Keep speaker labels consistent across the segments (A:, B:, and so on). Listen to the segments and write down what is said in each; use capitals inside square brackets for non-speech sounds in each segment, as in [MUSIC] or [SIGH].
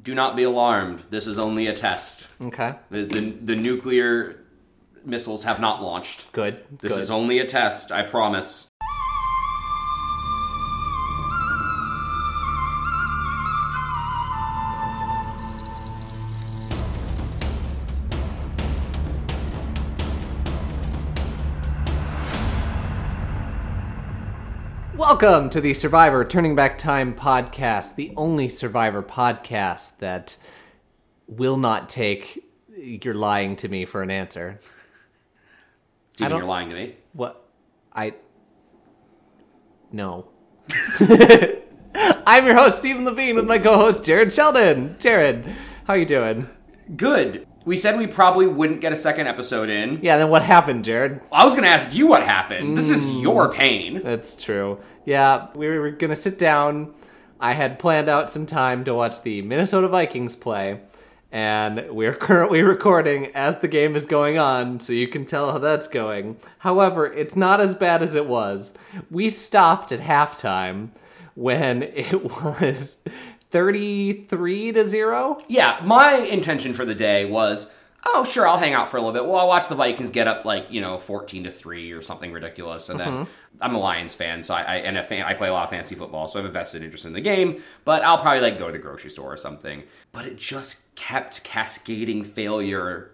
A: do not be alarmed. This is only a test.
B: Okay.
A: The, the, the nuclear missiles have not launched.
B: Good.
A: This
B: good.
A: is only a test, I promise.
B: Welcome to the Survivor Turning Back Time podcast, the only Survivor podcast that will not take you're lying to me for an answer.
A: Steven,
B: don't-
A: you're lying to me.
B: What I No. [LAUGHS] I'm your host Stephen Levine with my co-host Jared Sheldon. Jared, how you doing?
A: Good. We said we probably wouldn't get a second episode in.
B: Yeah, then what happened, Jared?
A: I was going to ask you what happened. This
B: Hmm.
A: is your pain.
B: That's true. Yeah, we were gonna sit down. I had planned out some time to watch the Minnesota Vikings play, and we're [LAUGHS] currently recording as the game is going on, so you can tell how that's going. However, it's not as bad as it was. We stopped at halftime when [LAUGHS] it was 33 to 0.
A: Yeah, my intention for the day was, oh, sure, I'll hang out for a little bit. Well, I'll watch the Vikings get up like, you know, 14 to 3 or something ridiculous. And then I'm a Lions fan, so I, I and a fan, I play a lot of fantasy football, so I have a vested interest in the game, but I'll probably like go to the grocery store or something. But it just kept cascading failure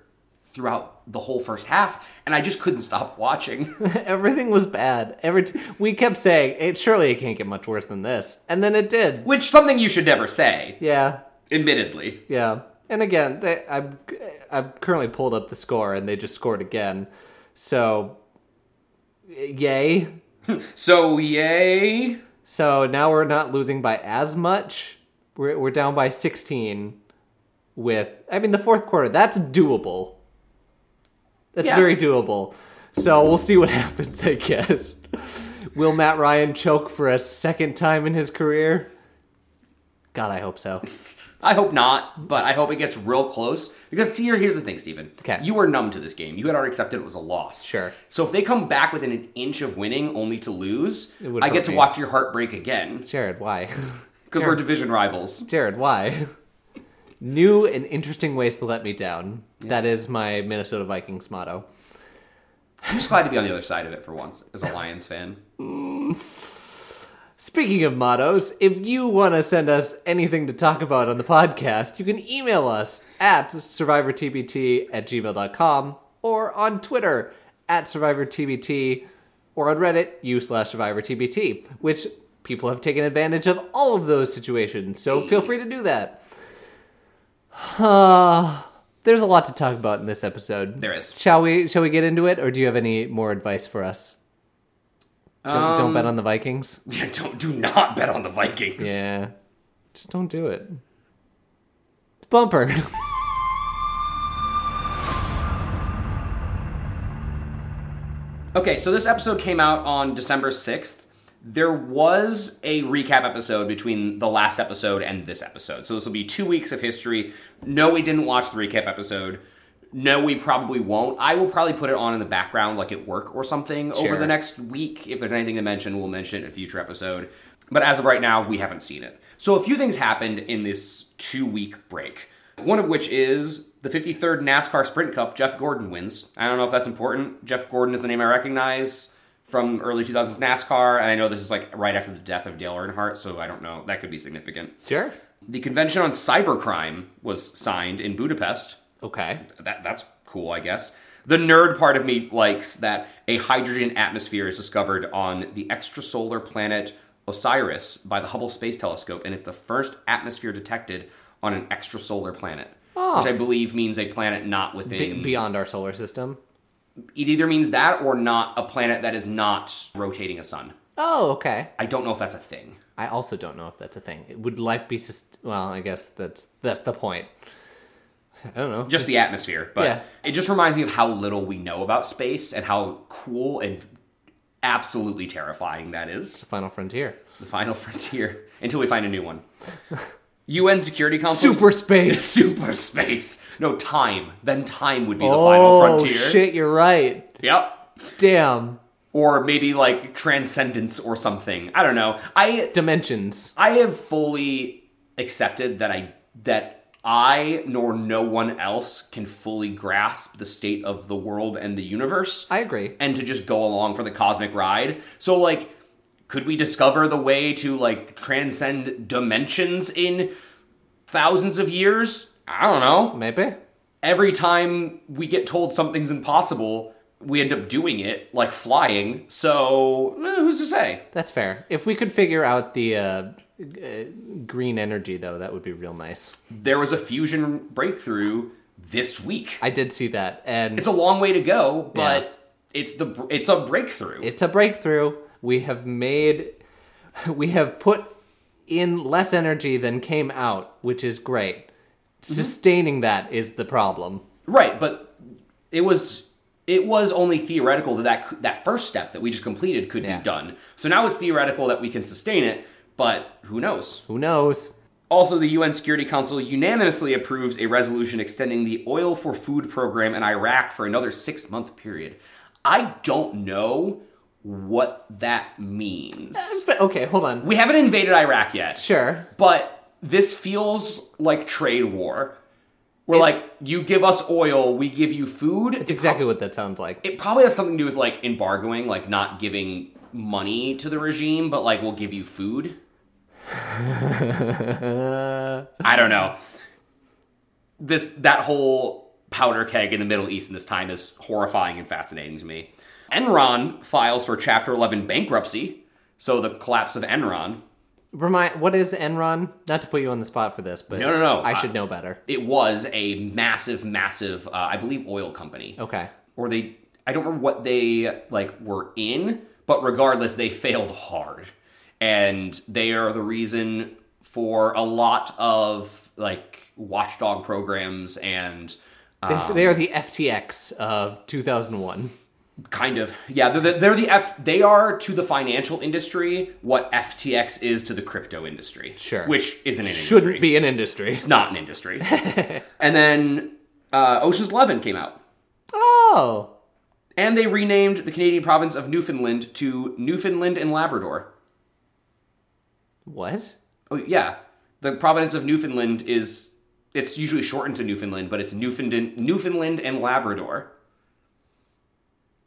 A: throughout the whole first half, and I just couldn't stop watching.
B: [LAUGHS]
A: [LAUGHS]
B: Everything was bad. Every t- we kept saying, "It surely it can't get much worse than this." And then it did.
A: Which something you should never say,
B: Yeah.
A: admittedly.
B: Yeah, and again, they, I'm I'm currently pulled up the score, and they just scored again. So, yay!
A: So yay.
B: So now we're not losing by as much. We're we're down by 16. With I mean the fourth quarter, that's doable. That's
A: Yeah.
B: very doable. So we'll see what [LAUGHS] happens. I guess. Will Matt Ryan choke for a second time in his career? God, I hope so.
A: I hope not, but I hope it gets real close. Because see, here- here's the thing, Steven.
B: Okay.
A: You were numb to this game. You had already accepted it was a loss.
B: Sure.
A: So if they come back within an inch of winning only to lose,
B: would
A: I
B: hurt
A: get to
B: me.
A: watch your heart break again.
B: Jared, why? [LAUGHS]
A: Because we're division rivals.
B: Jared, why? [LAUGHS] New and interesting ways to let me down. That is my Minnesota Vikings motto.
A: I'm just glad to be on the other side of it for once as a Lions fan.
B: Speaking of mottos, if you want to send us anything to talk about on the podcast, you can email us at survivortbt at gmail.com or on Twitter at survivortbt or on Reddit u slash survivortbt, which people have taken advantage of all of those situations, so feel free to do that. Uh, there's a lot to talk about in this episode.
A: There is. [LAUGHS]
B: Shall we shall we get into it or do you have any more advice for us? Don't, don't bet on the Vikings.
A: Yeah, don't do not bet on the Vikings.
B: Yeah. Just don't do it. Bumper. [LAUGHS]
A: Okay, so this episode came out on December 6th. There was a recap episode between the last episode and this episode. So this will be two weeks of history. No, we didn't watch the recap episode. No, we probably won't. I will probably put it on in the background, like at work or something, over
B: Sure.
A: the next week. If there's anything to mention, we'll mention it in a future episode. But as of right now, we haven't seen it. So a few things happened in this two week break. One of which is the 53rd NASCAR Sprint Cup, Jeff Gordon wins. I don't know if that's important. Jeff Gordon is the name I recognize from early 2000s NASCAR, and I know this is like right after the death of Dale Earnhardt, so I don't know. That could be significant.
B: sure.
A: The Convention on Cybercrime was signed in Budapest.
B: Okay.
A: That, that's cool, I guess. The nerd part of me likes that a hydrogen atmosphere is discovered on the extrasolar planet Osiris by the Hubble Space Telescope, and it's the first atmosphere detected on an extrasolar planet. Which I believe means a planet not within.
B: Ah. Be- beyond our solar system.
A: it either means that or not a planet that is not rotating a sun.
B: Oh, okay.
A: I don't know if that's a thing.
B: I also don't know if that's a thing. Would life be sus- well, I guess that's that's the point. I don't know.
A: Just the atmosphere, but
B: Yeah.
A: it just reminds me of how little we know about space and how cool and absolutely terrifying that is.
B: the final frontier.
A: The final [LAUGHS] frontier until we find a new one. UN Security Council.
B: Super space.
A: Super space. No time. Then time would be [LAUGHS] the final
B: oh
A: frontier.
B: shit, you're right.
A: Yep.
B: Damn.
A: Or maybe like transcendence or something. I don't know. I
B: Dimensions.
A: I have fully accepted that I that I nor no one else can fully grasp the state of the world and the universe
B: I agree.
A: and to just go along for the cosmic ride. So like could we discover the way to like transcend dimensions in thousands of years? I don't know.
B: Maybe.
A: Every time we get told something's impossible, we end up doing it like flying. So, eh, who's to say?
B: That's fair. If we could figure out the uh, g- uh, green energy, though, that would be real nice.
A: There was a fusion breakthrough this week.
B: I did see that, and
A: It's a long way to go, but it's the br- it's a breakthrough.
B: it's a breakthrough. We have made, [LAUGHS] we have put in less energy than came out, which is great.
A: Mm-hmm.
B: Sustaining that is the problem.
A: Right, but it was it was only theoretical that that, c- that first step that we just completed could
B: Yeah.
A: be done. So now it's theoretical that we can sustain it, but who knows?
B: Who knows?
A: Also, the UN Security Council unanimously approves a resolution extending the oil for food program in Iraq for another 6-month period. I don't know what that means.
B: But- okay, hold on.
A: We haven't invaded Iraq yet.
B: Sure.
A: But this feels like trade war. We're like, you give us oil, we give you food.
B: It's exactly what that sounds like.
A: It probably has something to do with like embargoing, like not giving money to the regime, but like we'll give you food. I don't know. This that whole powder keg in the Middle East in this time is horrifying and fascinating to me. Enron files for Chapter 11 bankruptcy, so the collapse of Enron.
B: Remind, what is Enron? Not to put you on the spot for this, but
A: No, no, no.
B: I
A: Uh,
B: should know better.
A: it was a massive massive uh, i believe oil company
B: Okay.
A: or they i don't remember what they like were in but regardless they failed hard and they are the reason for a lot of like watchdog programs and um,
B: They- they are the FTX of 2001.
A: kind of yeah they're the, they're the f they are to the financial industry what ftx is to the crypto industry
B: Sure.
A: which isn't an industry
B: Shouldn't be an
A: [LAUGHS]
B: industry.
A: it's not an
B: [LAUGHS]
A: industry and then uh, oceans 11 came out
B: Oh,
A: And they renamed the Canadian province of Newfoundland to Newfoundland and Labrador.
B: what?
A: Oh yeah, the province of Newfoundland is it's usually shortened to Newfoundland, but it's Newfoundland Newfoundland and Labrador.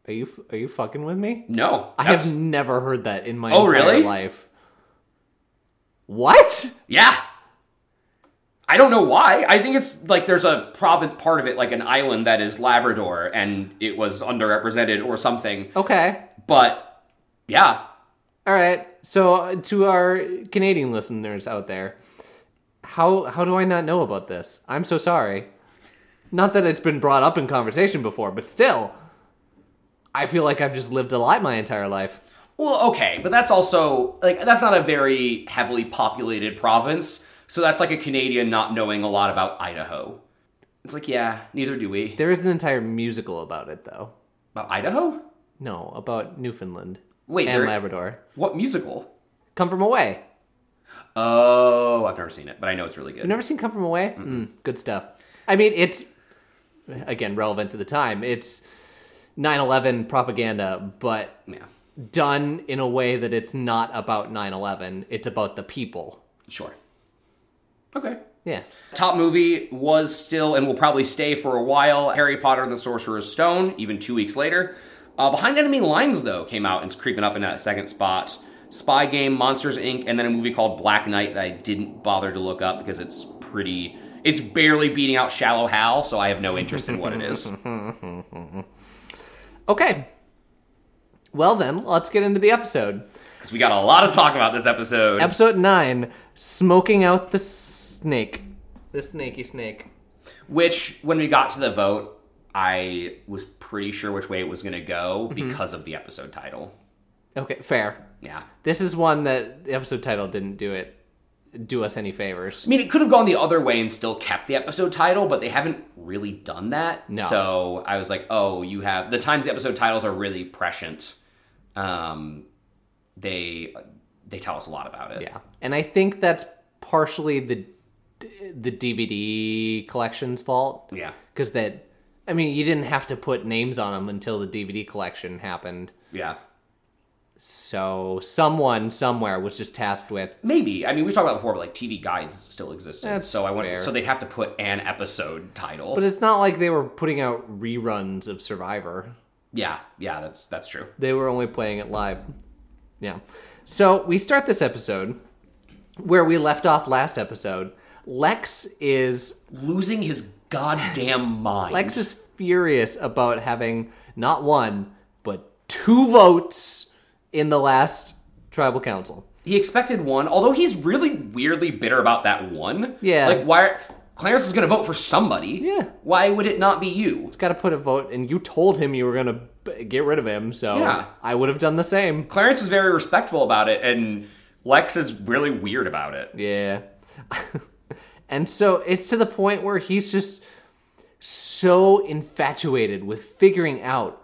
B: Are you are you fucking with me?
A: No,
B: I
A: that's-
B: have never heard that in my
A: Oh,
B: entire
A: really?
B: life. What?
A: yeah. I don't know why. I think it's like there's a province part of it, like an island that is Labrador, and it was underrepresented or something.
B: Okay.
A: But yeah,
B: All right. So uh, to our Canadian listeners out there, how how do I not know about this? I'm so sorry. Not that it's been brought up in conversation before, but still I feel like I've just lived a lie my entire life.
A: Well, okay, but that's also like that's not a very heavily populated province, so that's like a Canadian not knowing a lot about Idaho. It's like, yeah, neither do we.
B: There is an entire musical about it though.
A: About Idaho?
B: No, about Newfoundland
A: Wait,
B: and
A: there-
B: Labrador.
A: What musical?
B: Come from away.
A: Oh, I've never seen it, but I know it's really good.
B: You've never seen Come From Away? Mm, good stuff. I mean, it's again relevant to the time. It's 9/11 propaganda, but
A: yeah,
B: done in a way that it's not about 9/11. It's about the people.
A: sure. Okay.
B: Yeah.
A: Top movie was still and will probably stay for a while Harry Potter and the Sorcerer's Stone, even two weeks later. Uh, Behind Enemy Lines, though, came out and is creeping up in that second spot. Spy Game, Monsters Inc., and then a movie called Black Knight that I didn't bother to look up because it's pretty. It's barely beating out Shallow Hal, so I have no interest in what it
B: [LAUGHS]
A: is.
B: Okay. Well then, let's get into the episode.
A: Because we got a lot to talk about this episode.
B: Episode 9, smoking out the snake. The snaky snake.
A: Which, when we got to the vote, I was pretty sure which way it was going to go
B: Mm-hmm.
A: because of the episode title.
B: Okay, fair.
A: Yeah.
B: This is one that the episode title didn't do it do us any favors.
A: I mean, it could have gone the other way and still kept the episode title, but they haven't really done that.
B: No.
A: So I was like, oh, you have the times the episode titles are really prescient. Um, they they tell us a lot about it.
B: Yeah, and I think that's partially the the DVD collection's fault
A: Yeah.
B: because that I mean you didn't have to put names on them until the DVD collection happened,
A: Yeah.
B: So someone somewhere was just tasked with
A: Maybe. I mean, we've talked about it before, but like TV guides still existed.
B: That's
A: so I wonder.
B: fair.
A: So they'd have to put an episode title.
B: But it's not like they were putting out reruns of Survivor.
A: yeah, yeah, that's that's true.
B: They were only playing it live. Yeah. So we start this episode where we left off last episode. Lex is
A: Losing his goddamn
B: [LAUGHS]
A: mind.
B: Lex is furious about having not one, but two votes in the last tribal council.
A: He expected one, although he's really weirdly bitter about that one.
B: Yeah.
A: Like, why? Clarence is going to vote for somebody.
B: Yeah.
A: Why would it not be you?
B: It's got to put a vote, and you told him you were going to get rid of him, so
A: Yeah.
B: I would have done the same.
A: Clarence was very respectful about it, and Lex is really weird about it.
B: Yeah. [LAUGHS] and so it's to the point where he's just so infatuated with figuring out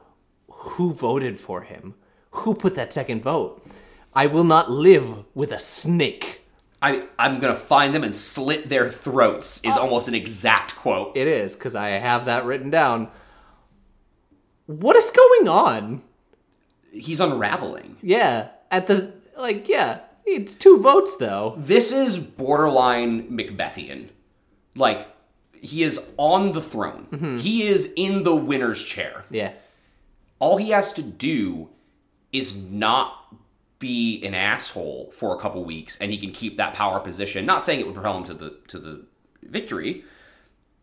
B: who voted for him, who put that second vote. I will not live with a snake.
A: I, I'm going to find them and slit their throats,
B: Oh.
A: is almost an exact quote.
B: It is, because I have that written down. What is going on?
A: He's unraveling.
B: Yeah. At the, like, yeah. It's two votes, though.
A: This is borderline Macbethian. Like, he is on the throne,
B: Mm-hmm.
A: he is in the winner's chair.
B: Yeah.
A: all he has to do is not be an asshole for a couple weeks and he can keep that power position not saying it would propel him to the to the victory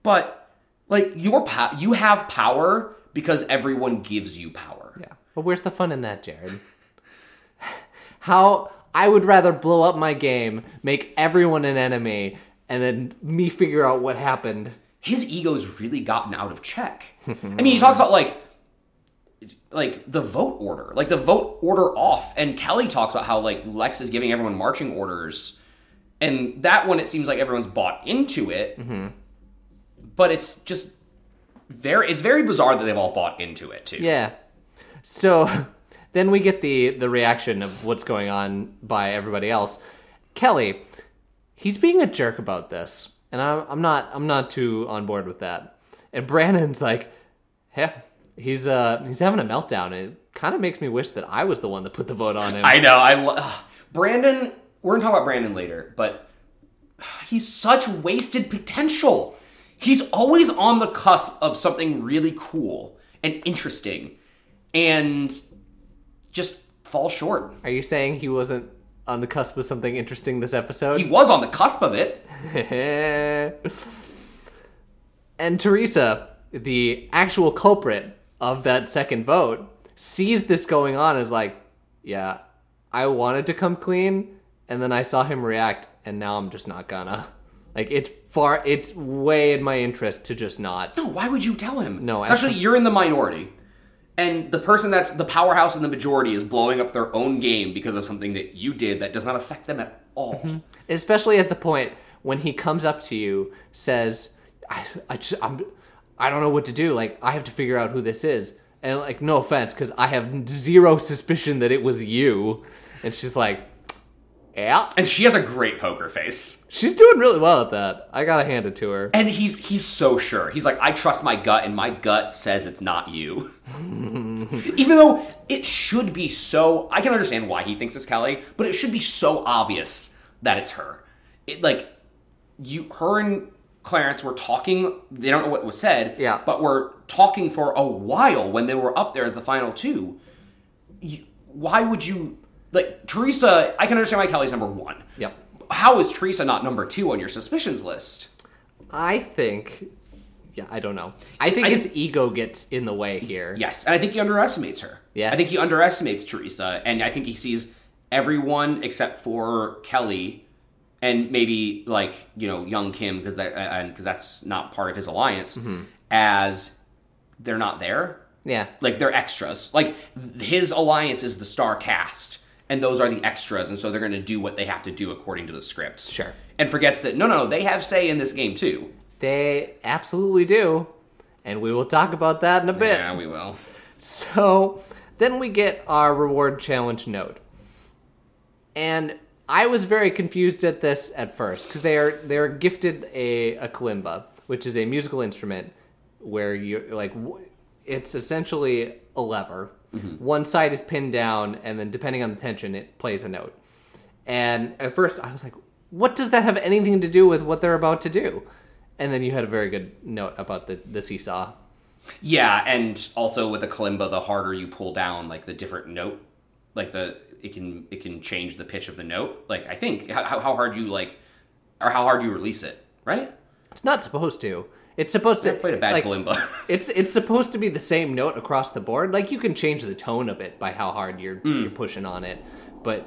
A: but like your po- you have power because everyone gives you power
B: Yeah. But where's the fun in that, Jared? [LAUGHS] How I would rather blow up my game, make everyone an enemy, and then me figure out what happened.
A: his ego's really gotten out of check i mean he talks about like like the vote order like the vote order off and kelly talks about how like lex is giving everyone marching orders and that one it seems like everyone's bought into it but it's just very it's very bizarre that they've all bought into it too
B: Yeah. So [LAUGHS] then we get the the reaction of what's going on by everybody else. Kelly, he's being a jerk about this, and I'm I'm not I'm not too on board with that. And Brandon's like, yeah, he's uh he's having a meltdown. It kind of makes me wish that I was the one that put the vote on him.
A: i know i lo- ugh. brandon we're gonna talk about brandon later but he's such wasted potential he's always on the cusp of something really cool and interesting and just falls short
B: Are you saying he wasn't on the cusp of something interesting this
A: he
B: episode?
A: was on the cusp of it
B: [LAUGHS] and Teresa, the actual culprit of that second vote, sees this going on and is like, yeah, I wanted to come clean, and then I saw him react, and now I'm just not gonna. Like, it's far, it's way in my interest to just not.
A: No, why would you tell him?
B: No,
A: especially you're in the minority, and the person that's the powerhouse in the majority is blowing up their own game because of something that you did that does not affect them at all.
B: especially at the point when he comes up to you says i, I just i'm i don't know what to do like i have to figure out who this is and like no offense because i have zero suspicion that it was you and she's like yeah
A: And she has a great poker face,
B: she's doing really well at that i gotta hand it to her
A: and he's he's so sure. He's like, I trust my gut, and my gut says it's not you, even though it should be so. I can understand why he thinks it's Kelly, but it should be so obvious that it's her. It like you, her and. Clarence were talking. They don't know what was said.
B: Yeah.
A: But were talking for a while when they were up there as the final two. You, why would you like Teresa? I can understand why Kelly's number one.
B: Yep.
A: How is Teresa not number two on your suspicions list?
B: i think yeah i don't know i think
A: I-
B: his ego gets in the way here
A: Yes, and I think he underestimates her.
B: Yeah.
A: I think he underestimates Teresa, and I think he sees everyone except for Kelly, and maybe like you know young Kim because that and because that's not part of his alliance
B: Mm-hmm.
A: as they're not there.
B: yeah
A: like they're extras. Like th- his alliance is the star cast, and those are the extras, and so they're going to do what they have to do according to the script.
B: Sure.
A: And forgets that no, no, they have say in this game too.
B: they absolutely do and we will talk about that in a bit
A: Yeah, we will.
B: So then we get our reward challenge node. And I was very confused at this at first because they are they are gifted a, a kalimba, which is a musical instrument where you like w- it's essentially a lever One side is pinned down, and then depending on the tension, it plays a note. And at first, I was like, what does that have anything to do with what they're about to do? And then you had a very good note about the, the seesaw.
A: Yeah, and also with a kalimba, the harder you pull down, like the different note, like the it can it can change the pitch of the note. Like I think how, how hard you like, or how hard you release it, right?
B: It's not supposed to. It's supposed to.
A: I played a bad
B: like,
A: kalimba. [LAUGHS]
B: It's it's supposed to be the same note across the board. Like you can change the tone of it by how hard you're you're pushing on it, but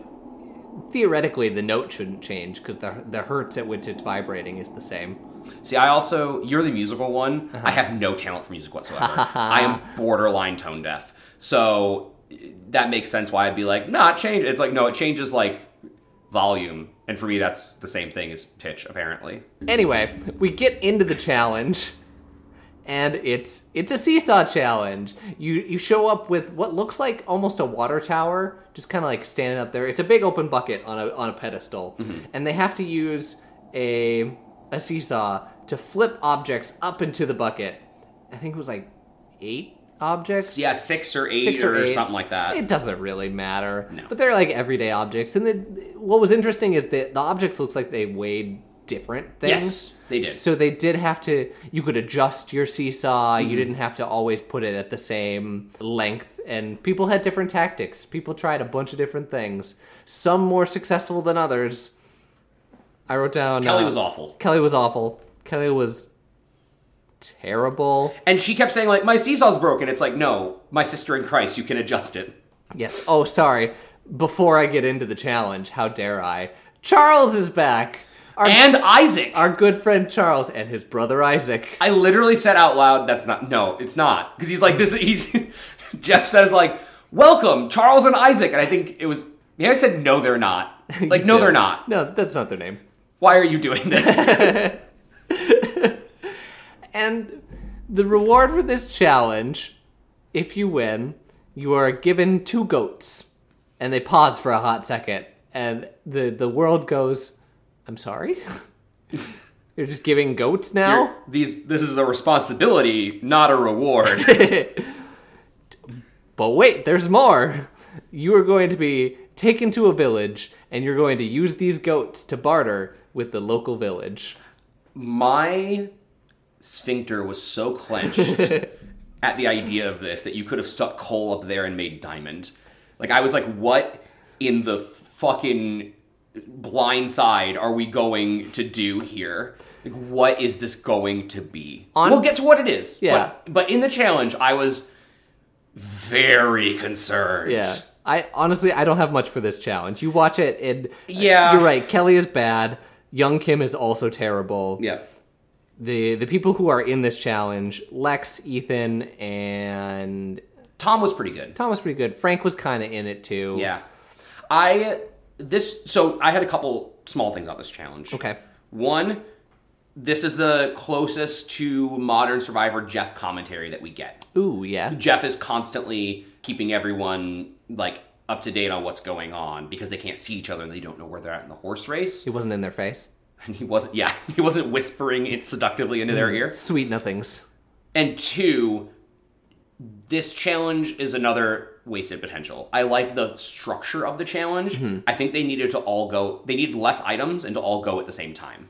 B: theoretically the note shouldn't change because the the hertz at which it's vibrating is the same.
A: See, I also you're the musical one.
B: Uh-huh.
A: I have no talent for music whatsoever. I
B: [LAUGHS]
A: am borderline tone deaf, so that makes sense why I'd be like, nah, it change. It's like no, it changes like volume, and for me, that's the same thing as pitch, apparently.
B: Anyway, we get into the challenge, and it's it's a seesaw challenge. You you show up with what looks like almost a water tower, just kind of like standing up there. It's a big open bucket on a on a pedestal, and they have to use a a seesaw to flip objects up into the bucket. I think it was like eight objects.
A: Yeah, six or eight
B: Six or
A: or,
B: eight.
A: something like that.
B: It doesn't really matter.
A: No.
B: But they're like everyday objects. And the, what was interesting is that the objects looks like they weighed different things.
A: Yes, they did.
B: So they did have to you could adjust your seesaw.
A: Mm-hmm.
B: You didn't have to always put it at the same length and people had different tactics. People tried a bunch of different things. Some more successful than others. I wrote down
A: Kelly
B: uh,
A: was awful.
B: Kelly was awful. Kelly was terrible.
A: And she kept saying, like, my seesaw's broken. It's like, no, my sister in Christ, you can adjust it.
B: Yes. Oh, sorry. Before I get into the challenge, how dare I? Charles is back. Our,
A: And Isaac.
B: our good friend Charles and his brother Isaac.
A: I literally said out loud, that's not, no, it's not. Because he's like, this, he's, [LAUGHS] Jeff says, like, welcome, Charles and Isaac. And I think it was, yeah, I said, no, they're not. Like, no, they're not.
B: No, that's not their name.
A: Why are you doing this? [LAUGHS]
B: And the reward for this challenge, if you win, you are given two goats. And they pause for a hot second. And the, the world goes, I'm sorry? [LAUGHS] You're just giving goats now?
A: These, this is a responsibility, not a reward.
B: But wait, there's more. You are going to be taken to a village, and you're going to use these goats to barter with the local village.
A: my sphincter was so clenched
B: [LAUGHS]
A: at the idea of this that you could have stuck coal up there and made diamond. Like I was like, what in the fucking blind side are we going to do here? Like what is this going to be?
B: On-
A: we'll get to what it is.
B: Yeah.
A: But, but in the challenge, I was very concerned.
B: Yeah. I honestly, I don't have much for this challenge. You watch it, and uh,
A: Yeah.
B: you're right. Kelly is bad. Young Kim is also terrible.
A: Yeah.
B: The the people who are in this challenge, Lex, Ethan, and
A: Tom was pretty good.
B: Tom was pretty good. Frank was kind of in it too.
A: Yeah. I this so I had a couple small things on this challenge.
B: Okay.
A: One, this is the closest to modern survivor Jeff commentary that we get.
B: Ooh, yeah.
A: Jeff is constantly keeping everyone like up to date on what's going on because they can't see each other and they don't know where they're at in the horse race. [LAUGHS]
B: He wasn't in their face.
A: And he wasn't yeah, [LAUGHS] he wasn't whispering it seductively into
B: Mm.
A: their ear.
B: Sweet nothings.
A: And two, this challenge is another wasted potential. I like the structure of the challenge.
B: Mm-hmm.
A: I think they needed to all go, they needed less items and to all go at the same time.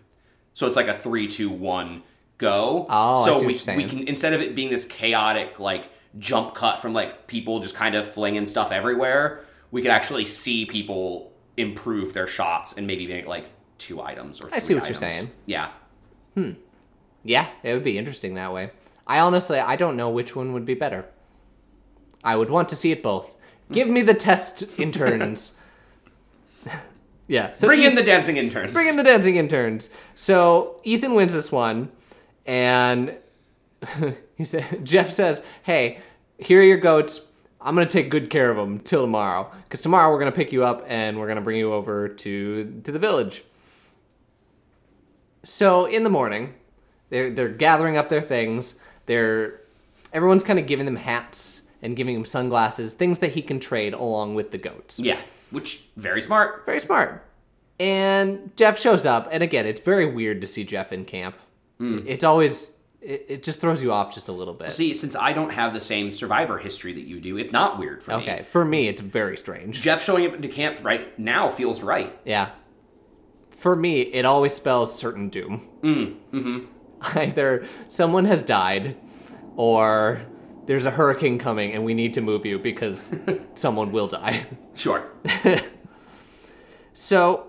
A: So it's like a three, two, one, go.
B: Oh, I see
A: so
B: what
A: we,
B: you're saying.
A: we can, instead of it being this chaotic, like, jump cut from like people just kind of flinging stuff everywhere, we could actually see people improve their shots and maybe make like two items or three
B: I see what you're
A: items.
B: saying.
A: Yeah.
B: Yeah, it would be interesting that way. I honestly, I don't know which one would be better. I would want to see it both. Give me the
A: [LAUGHS]
B: test interns. [LAUGHS] yeah, so
A: Bring
B: E-
A: in the dancing interns.
B: bring in the dancing interns. So Ethan wins this one, and [LAUGHS] he said, Jeff says, "Hey, here are your goats. I'm gonna take good care of them till tomorrow, because tomorrow we're gonna pick you up and we're gonna bring you over to to the village." So in the morning, they're they're gathering up their things. They're everyone's kind of giving them hats and giving them sunglasses, things that he can trade along with the goats.
A: yeah. Which, very smart.
B: Very smart. And Jeff shows up, and again, it's very weird to see Jeff in camp. It's always it, it just throws you off just a little bit.
A: See, since I don't have the same survivor history that you do, it's not weird for me.
B: Okay, for me, it's very strange.
A: Jeff showing up to camp right now feels right.
B: Yeah. For me, it always spells certain doom. [LAUGHS] Either someone has died, or there's a hurricane coming and we need to move you because someone will die.
A: Sure.
B: So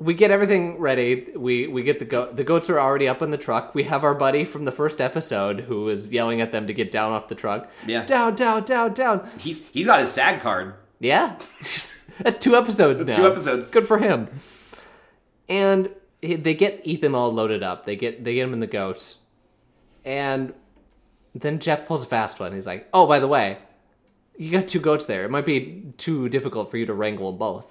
B: we get everything ready. We we get the goat. The goats are already up in the truck. We have our buddy from the first episode who is yelling at them to get down off the truck. [LAUGHS]
A: Yeah.
B: Down, down, down, down.
A: He's he's got his SAG card.
B: Yeah. [LAUGHS] That's two episodes now.
A: two episodes.
B: Good for him. And he- they get Ethan all loaded up. They get they get him in the goats. And then Jeff pulls a fast one. He's like, "Oh, by the way, you got two goats there. It might be too difficult for you to wrangle them both.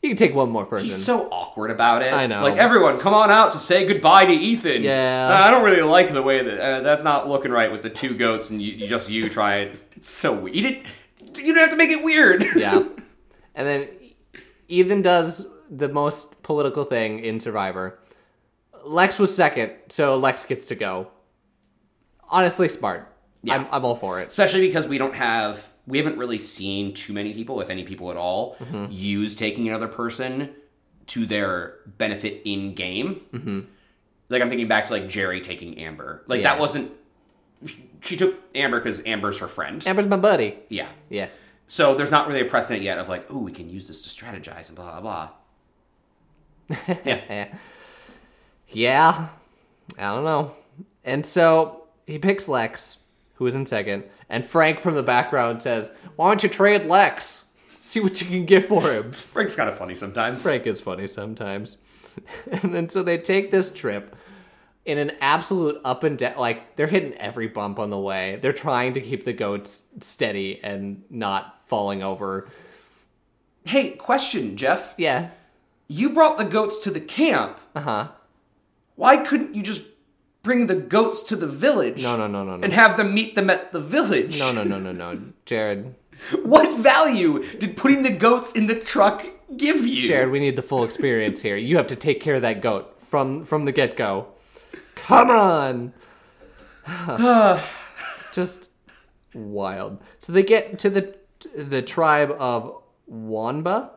B: You can take one more person."
A: He's so awkward about it.
B: I know.
A: Like everyone, come on out to say goodbye to Ethan.
B: Yeah.
A: Uh, I don't really like the way that uh, that's not looking right with the two goats and you, you just you try it. It's so weird. You didn't. You don't have to make it weird. [LAUGHS]
B: yeah. And then Ethan does the most political thing in Survivor. Lex was second, so Lex gets to go. Honestly, smart. I'm, I'm all for it.
A: Especially because we don't have we haven't really seen too many people, if any people at all,
B: Mm-hmm.
A: use taking another person to their benefit in game. Mm-hmm. Like I'm thinking back to like Jerry taking Amber. Like
B: Yeah.
A: that wasn't. she- She took Amber because Amber's her friend.
B: Amber's my buddy.
A: yeah.
B: Yeah.
A: So there's not really a precedent yet of like, oh, we can use this to strategize and blah blah
B: [LAUGHS]
A: blah. yeah.
B: Eh. Yeah. I don't know. And so he picks Lex, who is in second, and Frank from the background says, Why don't you trade Lex? See what you can get for him.
A: Frank's kind of funny sometimes.
B: Frank is funny sometimes. [LAUGHS] and then so they take this trip in an absolute up and down. Like they're hitting every bump on the way. They're trying to keep the goats steady and not falling over.
A: Hey, question, Jeff.
B: Yeah.
A: You brought the goats to the camp.
B: Uh huh.
A: Why couldn't you just bring the goats to the village?
B: No, no, no, no, no.
A: And [LAUGHS] have them meet them at the village.
B: No, no, no, no, no. Jared.
A: [LAUGHS] What value did putting the goats in the truck give you?
B: Jared, we need the full experience here. You have to take care of that goat from from the get go. Come on. Just wild. So they get to the the tribe of Wanba.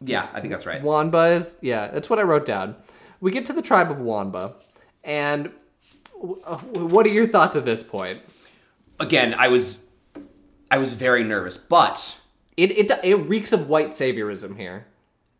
A: Yeah, I think that's right.
B: Wanba is yeah, that's what I wrote down. We get to the tribe of Wanba, and w- uh, what are your thoughts at this point?
A: Again, I was, I was very nervous, but
B: It it it reeks of white saviorism here.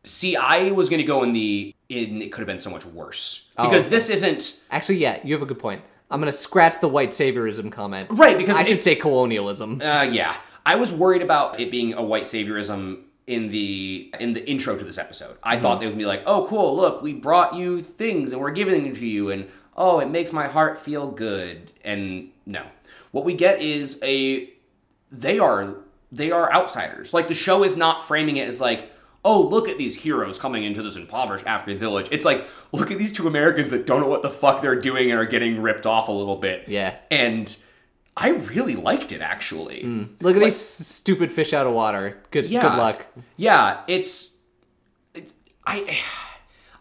A: see, I was going to go in the in. It could have been so much worse
B: Oh,
A: because this isn't
B: Actually, yeah, you have a good point. I'm gonna scratch the white saviorism comment.
A: right because
B: I
A: it-
B: should say colonialism.
A: Uh, yeah, I was worried about it being a white saviorism in the in the intro to this episode. I thought they would be like, "Oh, cool! Look, we brought you things and we're giving them to you, and oh, it makes my heart feel good." And no, what we get is a they are they are outsiders. Like the show is not framing it as like. Oh, look at these heroes coming into this impoverished African village. It's like, look at these two Americans that don't know what the fuck they're doing and are getting ripped off a little bit.
B: Yeah.
A: And I really liked it actually.
B: Look at these stupid fish out of water. Good
A: Yeah.
B: good luck.
A: Yeah, it's I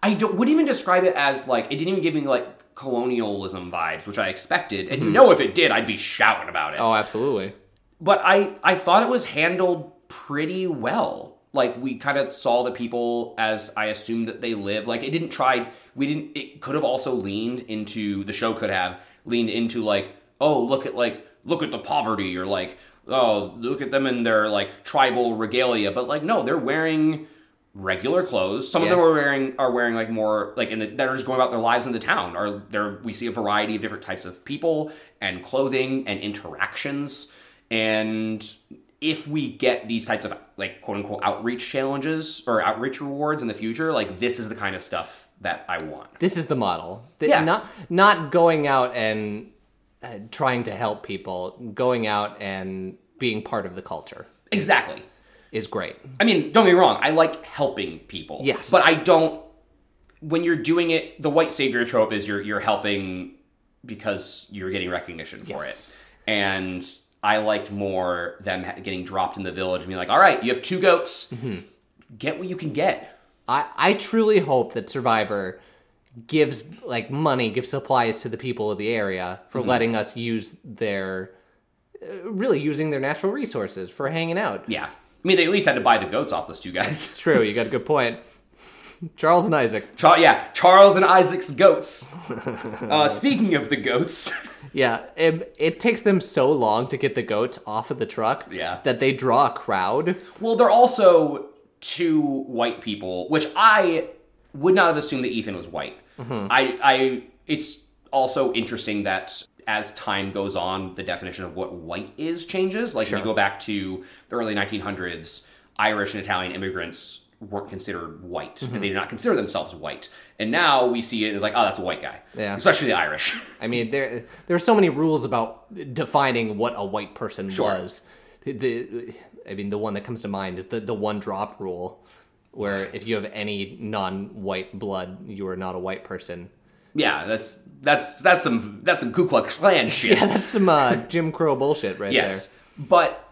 A: I don't, wouldn't even describe it as like it didn't even give me like colonialism vibes, which I expected. And you know if it did, I'd be shouting about it.
B: Oh, absolutely.
A: But I I thought it was handled pretty well. Like we kind of saw the people as I assumed that they live. Like it didn't try we didn't it could have also leaned into the show could have leaned into like, oh, look at like look at the poverty or like oh, look at them in their like tribal regalia, but like no, they're wearing regular clothes. Some
B: Yeah.
A: of them are wearing are wearing like more like in the that are just going about their lives in the town. Are there we see a variety of different types of people and clothing and interactions. And if we get these types of like quote unquote outreach challenges or outreach rewards in the future, like this is the kind of stuff that I want.
B: This is the model. The-
A: Yeah.
B: Not not going out and uh, trying to help people, going out and being part of the culture
A: Exactly.
B: is great.
A: I mean, don't get me wrong, I like helping people.
B: Yes.
A: But I don't when you're doing it, the white savior trope is you're you're helping because you're getting recognition for
B: Yes.
A: it. And I liked more them ha- getting dropped in the village and being like, "All right, you have two
B: Mm-hmm.
A: goats. Get what you can get."
B: I, I truly hope that Survivor gives like money, gives supplies to the people of the area for
A: Mm-hmm.
B: letting us use their uh, really using their natural resources for hanging out.
A: Yeah. I mean, they at least had to buy the goats off those two guys. [LAUGHS]
B: True, you got a good point. [LAUGHS] Charles and Isaac.
A: Char- yeah, Charles and Isaac's goats.
B: [LAUGHS]
A: Uh, speaking of the goats,
B: Yeah, it, it takes them so long to get the goats off of the truck
A: Yeah.
B: that they draw a crowd.
A: well, they're also two white people, which I would not have assumed that Ethan was white. I, I, it's also interesting that as time goes on, the definition of what white is changes. Like, if you go back to the early 1900s, Irish and Italian immigrants weren't considered white, and they did not consider themselves white. And now we see it as like, oh, that's a white guy,
B: Yeah.
A: especially the Irish. [LAUGHS]
B: I mean, there there are so many rules about defining what a white person was. The, the- I mean, the one that comes to mind is the, the one drop rule, where if you have any non-white blood, you are not a white person. [LAUGHS]
A: Yeah, that's that's that's some that's some Ku Klux Klan shit.
B: That's some uh, Jim Crow bullshit right
A: yes, but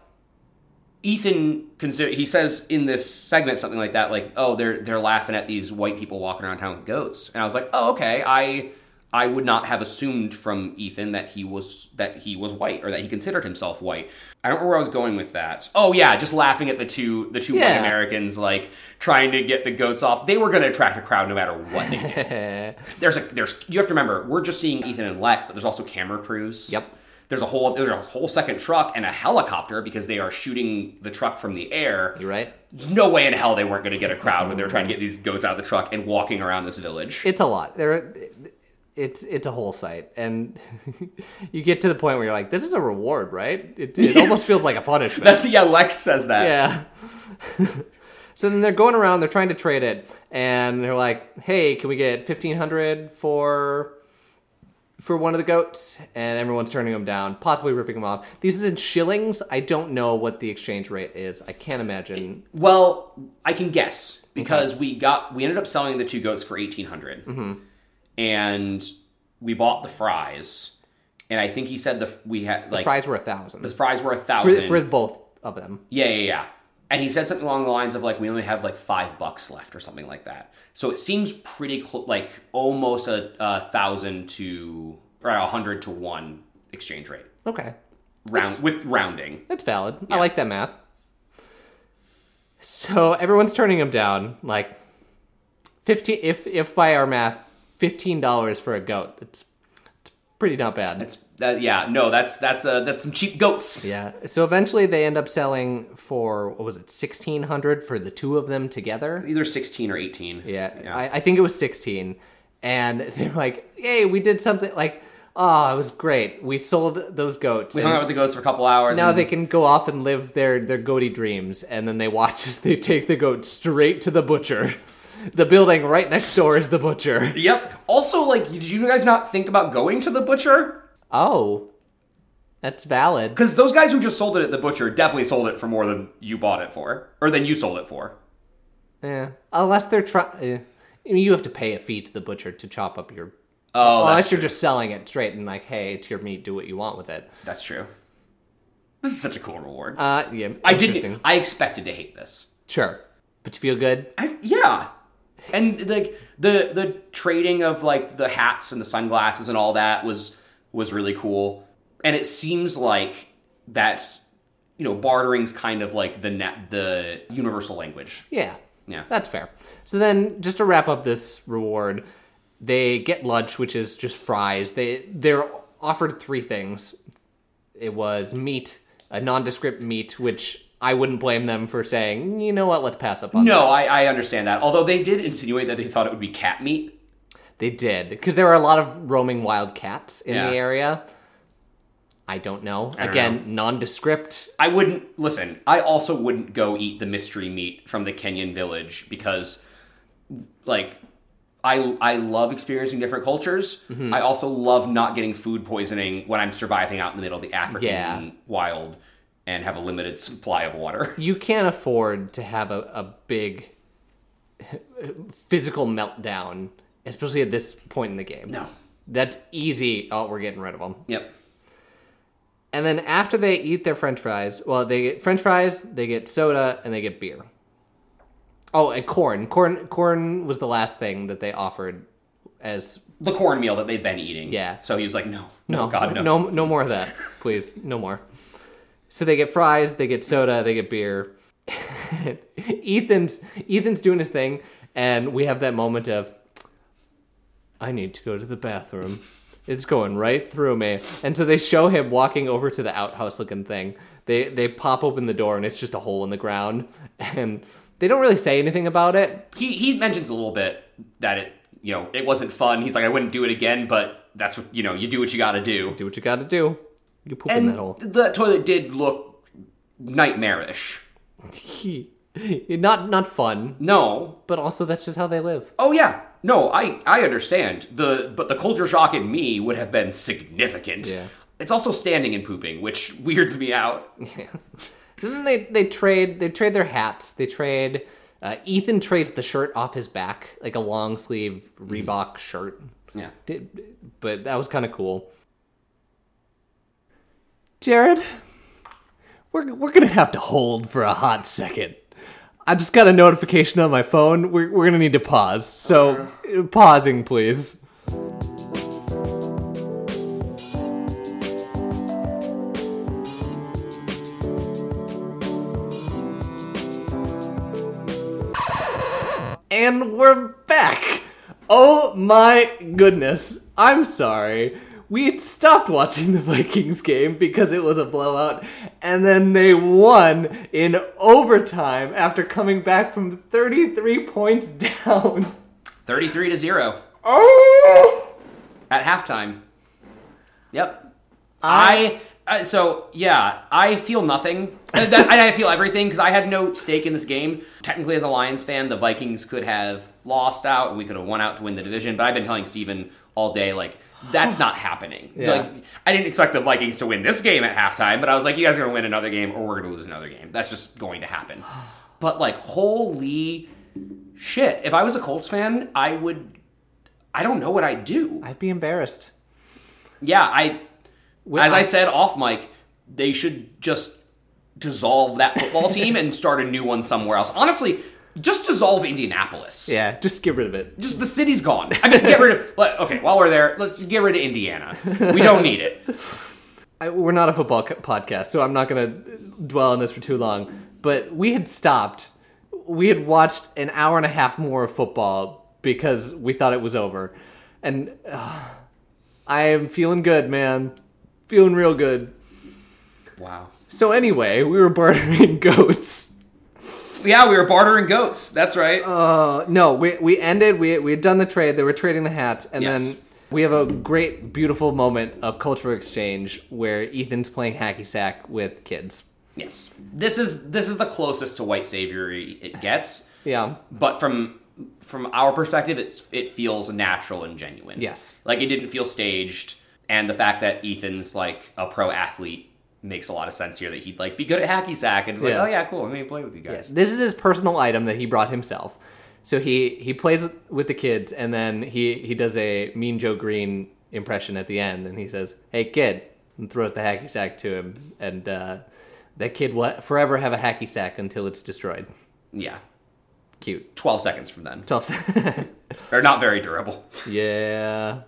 A: Ethan consider he says in this segment something like that, like oh they're they're laughing at these white people walking around town with goats, and I was like oh okay I I would not have assumed from Ethan that he was that he was white or that he considered himself white. I don't know where I was going with that. Oh yeah, just laughing at the two the two
B: Yeah.
A: white Americans like trying to get the goats off. They were going to attract a crowd no matter what they did.
B: there. [LAUGHS]
A: there's a there's you have to remember we're just seeing Ethan and Lex, but there's also camera crews.
B: Yep.
A: There's a whole there's a whole second truck and a helicopter because they are shooting the truck from the air.
B: you right.
A: There's no way in hell they weren't going to get a crowd when they were trying to get these goats out of the truck and walking around this village.
B: It's a lot. There, it's it's a whole site, and [LAUGHS] you get to the point where you're like, this is a reward, right? It, it almost feels like a
A: [LAUGHS]
B: punishment.
A: That's yeah, Lex says that.
B: Yeah. [LAUGHS] so then they're going around, they're trying to trade it, and they're like, "Hey, can we get fifteen hundred for for one of the goats?" And everyone's turning them down, possibly ripping them off. These is in shillings. I don't know what the exchange rate is. I can't imagine.
A: Well, I can guess because we got we ended up selling the two goats for eighteen
B: Mm-hmm.
A: and we bought the fries, and I think he said the we had like
B: Fries were a thousand
A: the fries were a
B: for,
A: thousand
B: for both of them.
A: Yeah, yeah, yeah. And he said something along the lines of like, "We only have like five bucks left" or something like that. So it seems pretty cl- like almost a, a thousand to or a hundred to one exchange rate,
B: Okay,
A: round with rounding.
B: that's valid. I like that math. So everyone's turning them down, like fifteen. If if by our math, fifteen dollars for a goat. That's, that's pretty not bad.
A: That's that. Yeah, no, that's that's uh that's some cheap goats.
B: Yeah. So eventually they end up selling for what was it, sixteen hundred for the two of them together.
A: Either sixteen or eighteen.
B: Yeah. I, I think it was sixteen. And they're like, Yay, we did something like oh, it was great. We sold those goats.
A: we
B: and
A: hung out with the goats for a couple hours.
B: now
A: and-
B: they can go off and live their, their goaty dreams, and then they watch [LAUGHS] as they take the goat straight to the butcher. [LAUGHS] The building right next door is the butcher.
A: Yep. Also, like, did you guys not think about going to the butcher?
B: Oh. That's valid.
A: Because those guys who just sold it at the butcher definitely sold it for more than you bought it for, or than you sold it for.
B: Yeah. Unless they're trying. I mean, you have to pay a fee to the butcher to chop up your
A: Oh, that's
B: Unless you're just selling it straight and like, hey, it's your meat, do what you want with it.
A: That's true. This is such a cool reward.
B: Uh, yeah,
A: I
B: interesting.
A: didn't. I expected to hate this.
B: Sure, but you feel good.
A: I yeah, and like the the trading of like the hats and the sunglasses and all that was was really cool. And it seems like that's you know bartering's kind of like the net the universal language.
B: Yeah,
A: Yeah.
B: that's fair. So then, just to wrap up this reward, they get lunch, which is just fries. They they're offered three things. It was meat, a nondescript meat, which I wouldn't blame them for saying, you know what, let's pass up on.
A: No, I, I understand that. Although they did insinuate that they thought it would be cat meat.
B: that." they did because there were a lot of roaming wild cats in
A: Yeah.
B: the area. I don't know.
A: don't
B: Again, nondescript.
A: I wouldn't listen. I also wouldn't go eat the mystery meat from the Kenyan village because, like, I I love experiencing different cultures. I also love not getting food poisoning when I'm surviving out in the middle of the African
B: Yeah.
A: wild and have a limited supply of water. [LAUGHS]
B: you can't afford to have a, a big physical meltdown, especially at this point in the game.
A: No.
B: That's easy. Oh, we're getting rid of them.
A: Yep.
B: And then after they eat their french fries, well, they get french fries, they get soda, and they get beer. Oh, and corn. Corn corn was the last thing that they offered as
A: the cornmeal that they've been eating.
B: Yeah.
A: So he's like, no,
B: no,
A: no, Oh, God, no.
B: no, no more of that, please, no more. So they get fries, they get soda, they get beer. [LAUGHS] Ethan's Ethan's doing his thing, and we have that moment of, I need to go to the bathroom. It's going right through me, and so they show him walking over to the outhouse looking thing. They they pop open the door, and it's just a hole in the ground, and they don't really say anything about it.
A: He he mentions a little bit that it you know it wasn't fun. He's like, I wouldn't do it again, but that's what you know. You do what you got to do.
B: Do what you got to do. You poop in
A: And
B: that hole. [LAUGHS]
A: the toilet did look nightmarish.
B: not not fun,
A: No,
B: but also that's just how they live.
A: Oh yeah. No, I I understand. The but the culture shock in me would have been significant.
B: Yeah.
A: It's also standing and pooping, which [LAUGHS] weirds me out.
B: [LAUGHS] So then they, they trade they trade their hats. They trade. Uh, Ethan trades the shirt off his back, like a long sleeve Reebok shirt.
A: Yeah.
B: Did, but that was kind of cool. Jared, we're we're gonna have to hold for a hot second. I just got a notification on my phone. We're we're gonna need to pause. So uh, pausing, please. And we're back. Oh my goodness. I'm sorry. We had stopped watching the Vikings game because it was a blowout, and then they won in overtime after coming back from 33 points [LAUGHS] down.
A: 33 to 0
B: Oh!
A: at halftime. Yep. I, uh, so yeah, I feel nothing. Uh, that- and I feel everything because I had no stake in this game. Technically, as a Lions fan, the Vikings could have lost out and we could have won out to win the division. But I've been telling Steven all day like that's not happening.
B: Yeah.
A: Like I didn't expect the Vikings to win this game at halftime, but I was like, you guys are gonna win another game or we're gonna lose another game. That's just going to happen. But like, holy shit! If I was a Colts fan, I would. I don't know what I'd do.
B: I'd be embarrassed.
A: Yeah, I. as I,
B: I-
A: said off mic, they should just dissolve that football team and start a new one somewhere else. Honestly, just dissolve Indianapolis.
B: Yeah, just get rid of it.
A: Just the city's gone. I mean, get rid of. [LAUGHS] But, okay, while we're there, let's just get rid of Indiana. We don't need it.
B: I, we're not a football co- podcast, so I'm not going to dwell on this for too long. But we had stopped. We had watched an hour and a half more of football because we thought it was over. And uh, I am feeling good, man. Feeling real good.
A: Wow.
B: So, anyway, we were bartering [LAUGHS] goats.
A: Yeah, we were bartering goats. That's right.
B: Uh, no, we, we ended, we, we had done the trade, they were trading the hats, and
A: Yes.
B: then we have a great, beautiful moment of cultural exchange where Ethan's playing hacky sack with kids.
A: yes. This is this is the closest to white savory it gets.
B: Yeah.
A: but from from our perspective it's it feels natural and genuine
B: Yes.
A: like it didn't feel staged and the fact that ethan's like a pro athlete makes a lot of sense here that he'd like be good at hacky sack and it's
B: Yeah.
A: like oh yeah cool let me play with you guys
B: This is his personal item that he brought himself. So he he plays with- with the kids, and then he he does a Mean Joe Green impression at the end, and he says, "Hey kid," and throws the hacky sack to him, and uh, that kid will forever have a hacky sack until it's destroyed.
A: yeah,
B: Cute. [LAUGHS]
A: 12 seconds from then
B: Tough.
A: they're not very durable
B: yeah.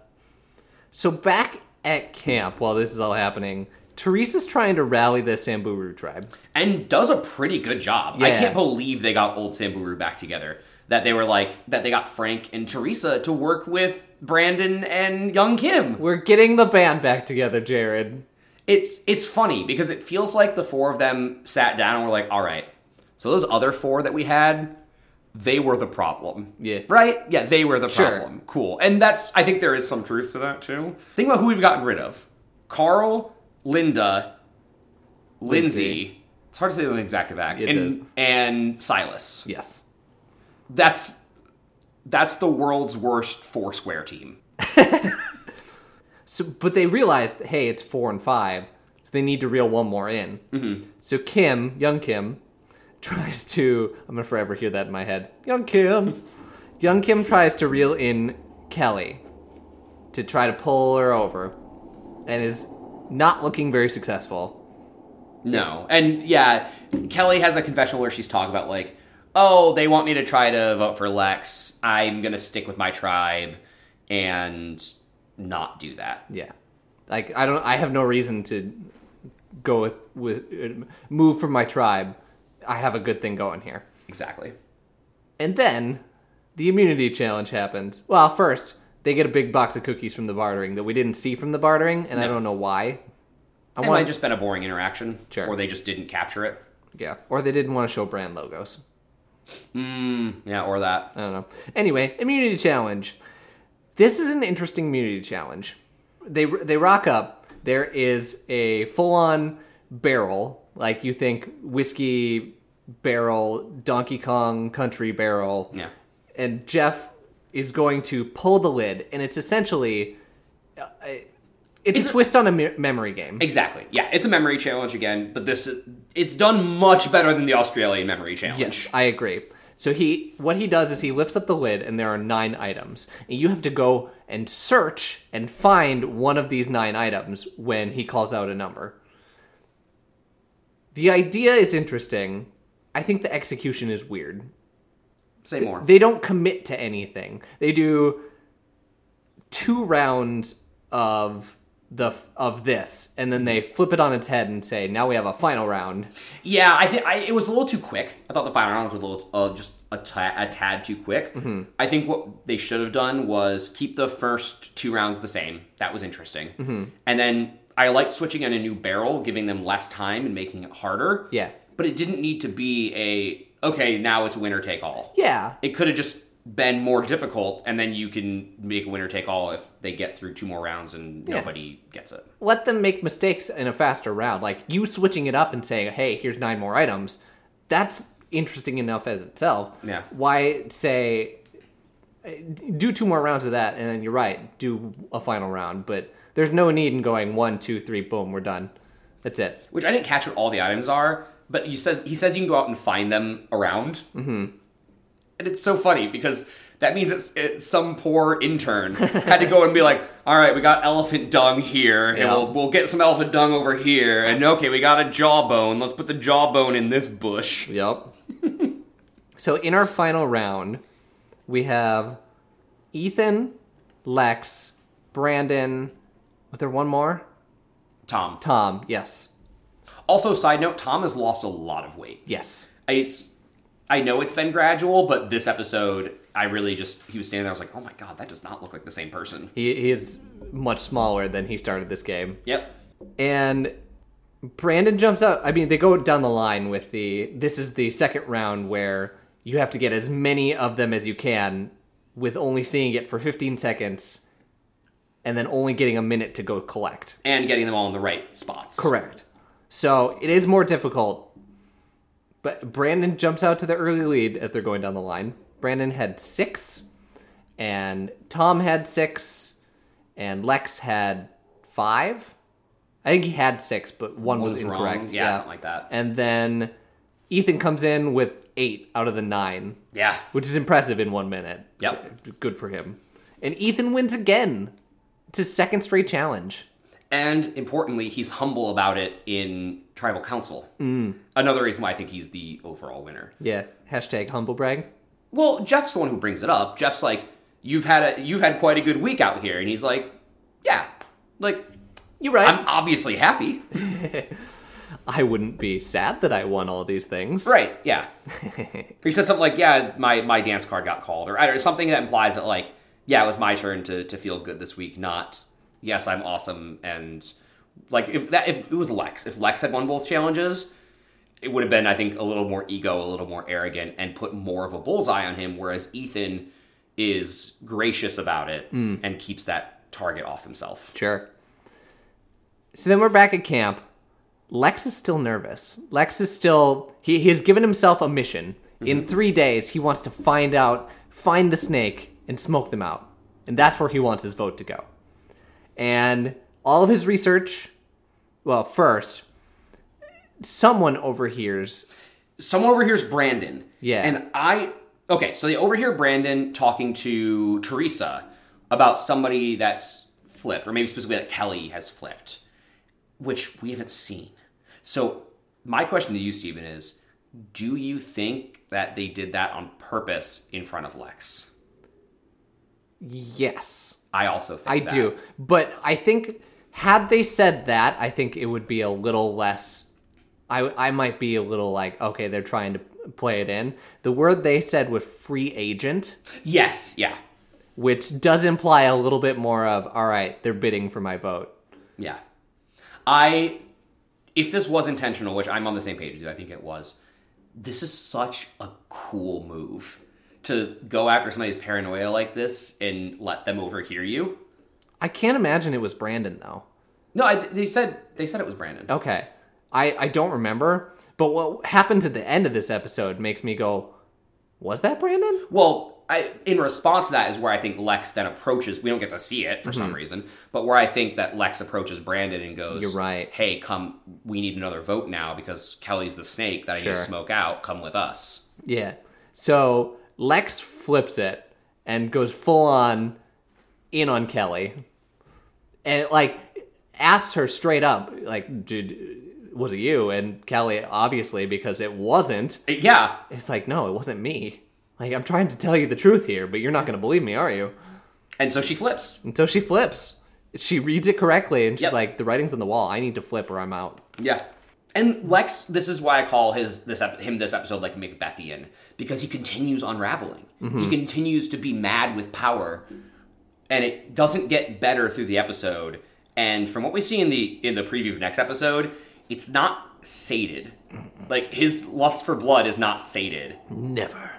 B: So back at camp, while this is all happening, Teresa's trying to rally the Samburu tribe.
A: and does a pretty good job i
B: Yeah.
A: can't believe they got old samburu back together that they were like that they got frank and teresa to work with brandon and young kim
B: We're getting the band back together, Jared.
A: it's it's funny because it feels like the four of them sat down and were like, all right, so those other four that we had, they were the problem.
B: Yeah.
A: Right? Yeah, they were the
B: Sure.
A: problem. Cool. And that's I think there is some truth to that too. Think about who we've gotten rid of. Carl, Linda, Lindsay.
B: Lindsay.
A: It's hard to say the names back to back.
B: It
A: and,
B: is.
A: and Silas.
B: Yes.
A: That's that's the world's worst four square team.
B: So, but they realized, hey, it's four and five, so they need to reel one more in. Mm-hmm. So Kim, young Kim, [LAUGHS] tries to. I'm gonna forever hear that in my head. Young Kim, young Kim tries to reel in Kelly to try to pull her over, and is not looking very successful.
A: No. And yeah, Kelly has a confessional where she's talking about like, oh, they want me to try to vote for Lex. I'm gonna stick with my tribe. and not do that.
B: Yeah. Like I don't I have no reason to go with with move from my tribe. I have a good thing going here.
A: Exactly.
B: And then the immunity challenge happens. Well, first, they get a big box of cookies from the bartering that we didn't see from the bartering and I don't know why. I
A: It might
B: want
A: have just been a boring interaction,
B: Sure.
A: or they just didn't capture it.
B: yeah, or they didn't want to show brand logos.
A: Mm, yeah, or that.
B: I don't know. Anyway, immunity challenge. This is an interesting immunity challenge. They they rock up. There is a full on barrel, like you think whiskey barrel, Donkey Kong country barrel.
A: Yeah.
B: And Jeff is going to pull the lid, and it's essentially, uh, it's,
A: It's
B: a
A: a-
B: twist on a me- memory game.
A: Exactly. Yeah, it's a memory challenge again, but this is, it's done much better than the Australian memory challenge.
B: Yes, I agree. So he what he does is he lifts up the lid and there are nine items. And you have to go and search and find one of these nine items when he calls out a number. The idea is interesting. I think the execution is weird.
A: Say more.
B: They don't commit to anything. They do two rounds of the of this and then they flip it on its head and say now we have a final round.
A: Yeah, I think it was a little too quick. I thought the final round was a little uh, just a ta- a tad too quick. I think what they should have done was keep the first two rounds the same. That was interesting, and then I liked switching in a new barrel, giving them less time and making it harder.
B: Yeah.
A: but it didn't need to be a okay. Now it's winner take all.
B: Yeah.
A: It could have just been more difficult, and then you can make a winner take all if they get through two more rounds and nobody gets it.
B: let them make mistakes in a faster round. Like you switching it up and saying, "Hey, here's nine more items." That's interesting enough as itself.
A: Yeah.
B: Why say do two more rounds of that, and then you're right, do a final round. But there's no need in going one, two, three, boom, we're done. That's it.
A: which I didn't catch what all the items are, but he says he says you can go out and find them around, mm-hmm. and it's so funny because that means it's, it's some poor intern [LAUGHS] had to go and be like, all right, we got elephant dung here, and
B: Yeah.
A: we'll we'll get some elephant dung over here, and okay, we got a jawbone. Let's put the jawbone in this bush.
B: Yep. so in our final round, we have Ethan, Lex, Brandon. Was there one more?
A: Tom.
B: Tom. Yes.
A: Also, side note, Tom has lost a lot of weight.
B: Yes.
A: It's I know it's been gradual, but this episode, I really just he was standing there. I was like, oh my god, that does not look like the same person.
B: He, he is much smaller than he started this game.
A: Yep.
B: And Brandon jumps out. I mean, they go down the line with the. This is the second round where you have to get as many of them as you can with only seeing it for 15 seconds and then only getting a minute to go collect.
A: and getting them all in the right spots.
B: Correct. So it is more difficult. But Brandon jumps out to the early lead as they're going down the line. Brandon had six, and Tom had six, and Lex had five. I think he had six, but one was,
A: Was wrong.
B: incorrect.
A: Yeah, something like that.
B: And then Ethan comes in with eight out of the nine,
A: Yeah.
B: which is impressive in one minute.
A: Yep.
B: Good for him. And Ethan wins again. It's his second straight challenge.
A: And importantly, he's humble about it in tribal council. Mm. Another reason why I think he's the overall winner.
B: Yeah. Hashtag humble brag.
A: Well, Jeff's the one who brings it up. Jeff's like, "You've had a you've had quite a good week out here," and he's like, "Yeah, like
B: You right.
A: I'm obviously happy,
B: I wouldn't be sad that I won all these things.
A: right? Yeah." he says something like, "Yeah, my my dance card got called," or I don't know, something that implies that like, "Yeah, it was my turn to to feel good this week." Not, "Yes, I'm awesome," and like if that if it was Lex, if Lex had won both challenges, it would have been, I think, a little more ego, a little more arrogant, and put more of a bullseye on him. Whereas Ethan is gracious about it and keeps that target off himself.
B: Sure. So then we're back at camp. Lex is still nervous. Lex is still he, he has given himself a mission. In three days, he wants to find out, find the snake, and smoke them out. And that's where he wants his vote to go. And all of his research well, first, someone overhears
A: Someone overhears Brandon.
B: Yeah.
A: and I okay, so they overhear Brandon talking to Teresa about somebody that's flipped, or maybe specifically that Kelly has flipped, which we haven't seen. So my question to you, Stephen, is: Do you think that they did that on purpose in front of Lex?
B: Yes,
A: I also think
B: I
A: that.
B: do. But I think had they said that, I think it would be a little less. I I might be a little like okay, they're trying to play it in. The word they said was free agent,
A: Yes, yeah,
B: which does imply a little bit more of all right, they're bidding for my vote.
A: yeah. I, if this was intentional, which I'm on the same page with you, I think it was. This is such a cool move to go after somebody's paranoia like this and let them overhear you.
B: I can't imagine it was Brandon though.
A: No, I, they said they said it was Brandon.
B: Okay. I, I don't remember, but what happens at the end of this episode makes me go, was that Brandon?
A: Well, I, in response to that is where I think Lex then approaches. We don't get to see it for some reason, but where I think that Lex approaches Brandon and goes,
B: Mm-hmm. You're right.
A: Hey, come. We need another vote now because Kelly's the snake that I need
B: Sure.
A: to smoke out. Come with us."
B: Yeah. So Lex flips it and goes full on in on Kelly and like asks her straight up, like, dude, was it you? And Kelly, obviously, because it wasn't,
A: Yeah,
B: it's like, no, it wasn't me. Like, I'm trying to tell you the truth here, but you're not going to believe me, are you?
A: and so she flips.
B: And so she flips. She reads it correctly and she's
A: Yep.
B: like, the writing's on the wall. I need to flip or I'm out.
A: Yeah. And Lex, this is why I call his this ep- him this episode like Macbethian because he continues unraveling. He continues to be mad with power, and it doesn't get better through the episode. And from what we see in the in the preview of next episode, it's not sated. Like his lust for blood is not sated.
B: Never.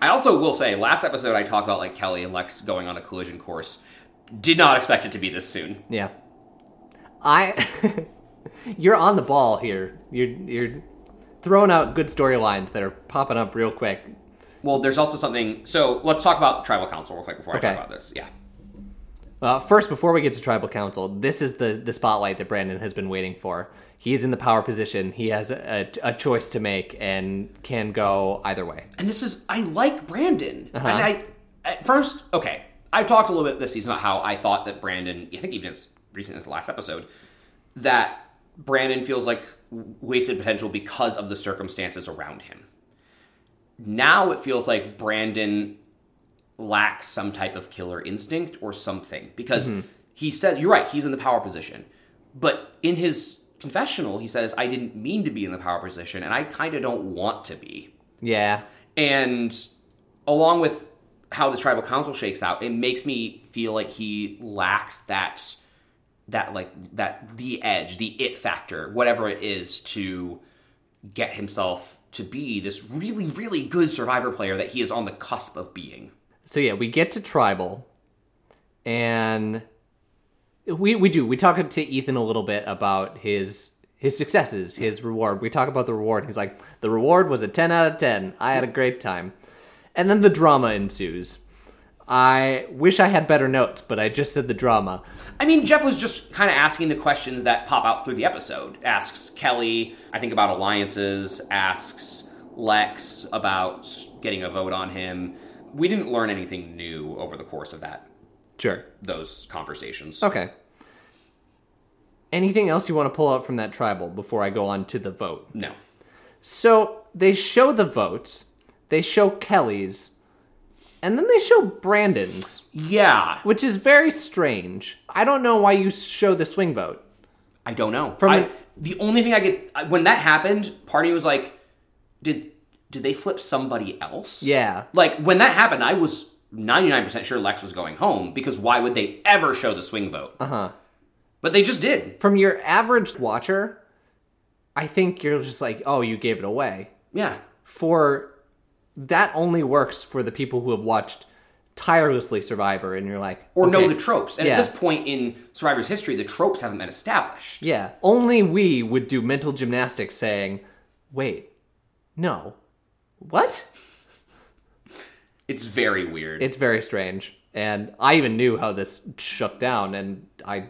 A: I also will say, last episode I talked about like Kelly and Lex going on a collision course. Did not expect it to be this soon.
B: Yeah. I [LAUGHS] You're on the ball here. You're you're throwing out good storylines that are popping up real quick.
A: Well, there's also something. So let's talk about tribal council real quick before I
B: Okay.
A: talk about this. Yeah.
B: Uh, first, before we get to tribal council, this is the the spotlight that Brandon has been waiting for. He's in the power position. He has a, a, a choice to make and can go either way.
A: and this is I like Brandon, and I at first okay. I've talked a little bit this season about how I thought that Brandon. I think even as recent as the last episode, that Brandon feels like wasted potential because of the circumstances around him. Now it feels like Brandon lacks some type of killer instinct or something because he said you're right he's in the power position but in his confessional he says i didn't mean to be in the power position and i kind of don't want to be
B: Yeah.
A: and along with how the tribal council shakes out, it makes me feel like he lacks that that like that the edge, the it factor, whatever it is to get himself to be this really really good survivor player that he is on the cusp of being.
B: so yeah, we get to tribal, and we we do we talk to Ethan a little bit about his his successes, his reward. We talk about the reward. He's like, the reward was a ten out of ten. I had a great time, and then the drama ensues. I wish I had better notes, but I just said the drama.
A: I mean, Jeff was just kind of asking the questions that pop out through the episode. Asks Kelly, I think about alliances, asks Lex about getting a vote on him. We didn't learn anything new over the course of that
B: Sure.
A: those conversations.
B: Okay. Anything else you want to pull out from that tribal before I go on to the vote?
A: No.
B: So they show the votes, they show Kelly's, and then they show Brandon's,
A: Yeah,
B: which is very strange. I don't know why you show the swing vote.
A: I don't know.
B: From
A: I-
B: an-
A: the only thing I get I- when that happened, part of me was like, did did they flip somebody else?
B: Yeah.
A: Like when that happened, I was ninety nine percent sure Lex was going home because why would they ever show the swing vote? Uh huh.
B: Uh-huh.
A: But they just did.
B: From your average watcher, I think you're just like, oh, you gave it away.
A: Yeah.
B: For that only works for the people who have watched tirelessly Survivor, and you're like,
A: Or know
B: okay,
A: the tropes. And
B: Yeah.
A: at this point in Survivor's history, the tropes haven't been established.
B: Yeah, only we would do mental gymnastics saying, wait, no, what?
A: It's very weird.
B: it's very strange and i even knew how this shook down and i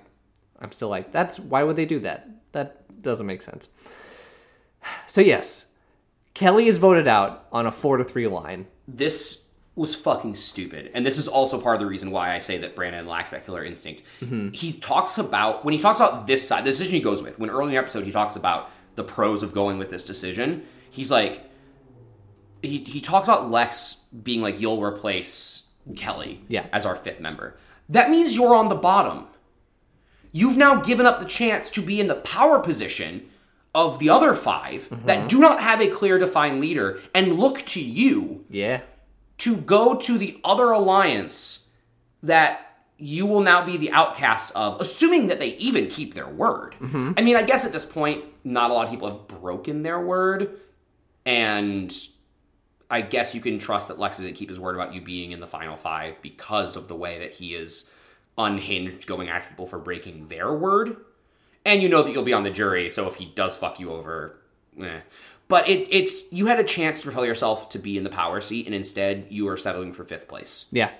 B: i'm still like that's why would they do that that doesn't make sense [SIGHS] so yes kelly is voted out on a four to three line
A: this was fucking stupid. And this is also part of the reason why I say that Brandon lacks that killer instinct. He talks about, when he talks about this side, the decision he goes with, when early in the episode he talks about the pros of going with this decision, he's like, he, he talks about Lex being like, you'll replace Kelly
B: Yeah.
A: as our fifth member. That means you're on the bottom. You've now given up the chance to be in the power position of the other 5 that do not have a clear defined leader and look to you
B: Yeah.
A: to go to the other alliance that you will now be the outcast of, assuming that they even keep their word. I mean, I guess at this point, not a lot of people have broken their word, and I guess you can trust that Lex doesn't keep his word about you being in the final five because of the way that he is unhinged going after people for breaking their word. And you know that you'll be on the jury, so if he does fuck you over, eh. But it, it's you had a chance to propel yourself to be in the power seat, and instead you are settling for fifth place.
B: Yeah.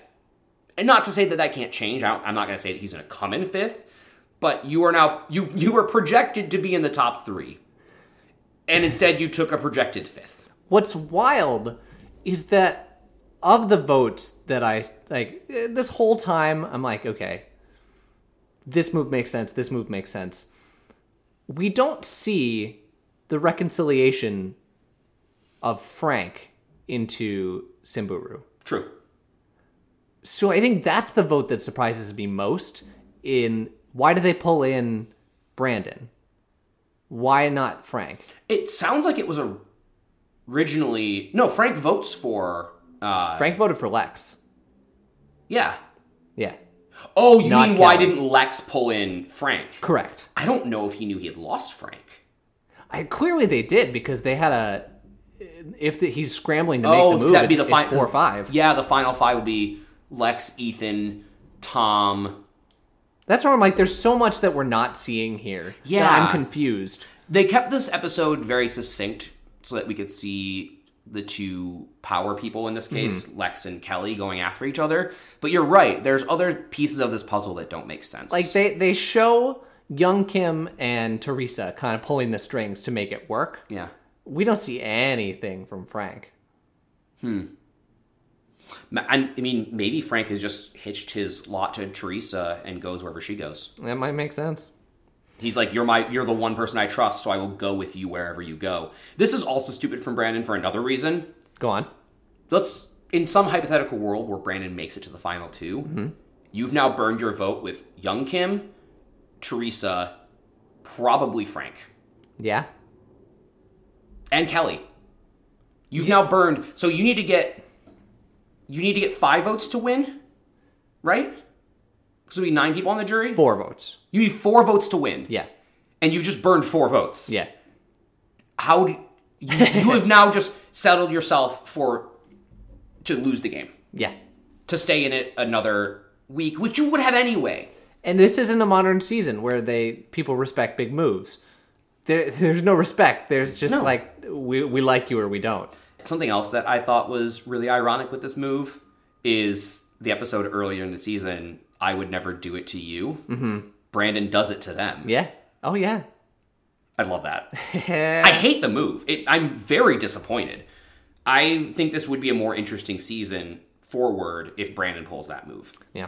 A: And not to say that that can't change. I don't, I'm not going to say that he's going to come in fifth, but you are now you you were projected to be in the top three, and instead you took a projected fifth.
B: What's wild is that of the votes that I like eh, this whole time I'm like, okay, this move makes sense, this move makes sense. We don't see the reconciliation of Frank into Simburu.
A: True.
B: So I think that's the vote that surprises me most in why do they pull in Brandon? Why not Frank?
A: It sounds like it was originally no. Frank votes for uh,
B: Frank voted for Lex.
A: yeah.
B: Yeah.
A: Oh, you
B: Not
A: mean why
B: Kelly.
A: didn't Lex pull in Frank?
B: Correct.
A: I don't know if he knew he had lost Frank.
B: I clearly they did because they had a if the, he's scrambling to make the move,
A: Oh, that'd be the
B: it's- it's
A: final
B: four or five.
A: Yeah, the final five would be Lex, Ethan, Tom.
B: That's where I'm like, there's so much that we're not seeing here. that
A: Yeah.
B: I'm confused.
A: They kept this episode very succinct so that we could see the two power people in this
B: Mm-hmm.
A: case, Lex and Kelly, going after each other. But you're right. There's other pieces of this puzzle that don't make sense.
B: Like they they show young Kim and Teresa kind of pulling the strings to make it work.
A: yeah,
B: We don't see anything from Frank.
A: Ma- I I mean, maybe Frank has just hitched his lot to Teresa and goes wherever she goes.
B: That might make sense.
A: He's like, you're my, you're the one person I trust, so I will go with you wherever you go. This is also stupid from Brandon for another reason.
B: Go on.
A: Let's, in some hypothetical world where Brandon makes it to the final 2
B: Mm-hmm.
A: you've now burned your vote with Young Kim, Teresa, probably Frank,
B: Yeah.
A: and Kelly. You've now burned, so you need to get, you need to get five votes to win, right? Because there'll be nine people on the jury.
B: Four votes.
A: You need four votes to win,
B: Yeah.
A: and you just burned four votes.
B: Yeah.
A: how do, you, you have now just settled yourself for to lose the game
B: Yeah.
A: to stay in it another week which you would have anyway
B: And this isn't a modern season where they people respect big moves. There, [LAUGHS] there's no respect. There's just like we, we like you or we don't.
A: something else that i thought was really ironic with this move is the episode earlier in the season i would never do it to you mm-hmm. brandon does it to them
B: Yeah. Oh yeah.
A: i love that I hate the move. It, I'm very disappointed. I think this would be a more interesting season forward if Brandon pulls that move.
B: yeah.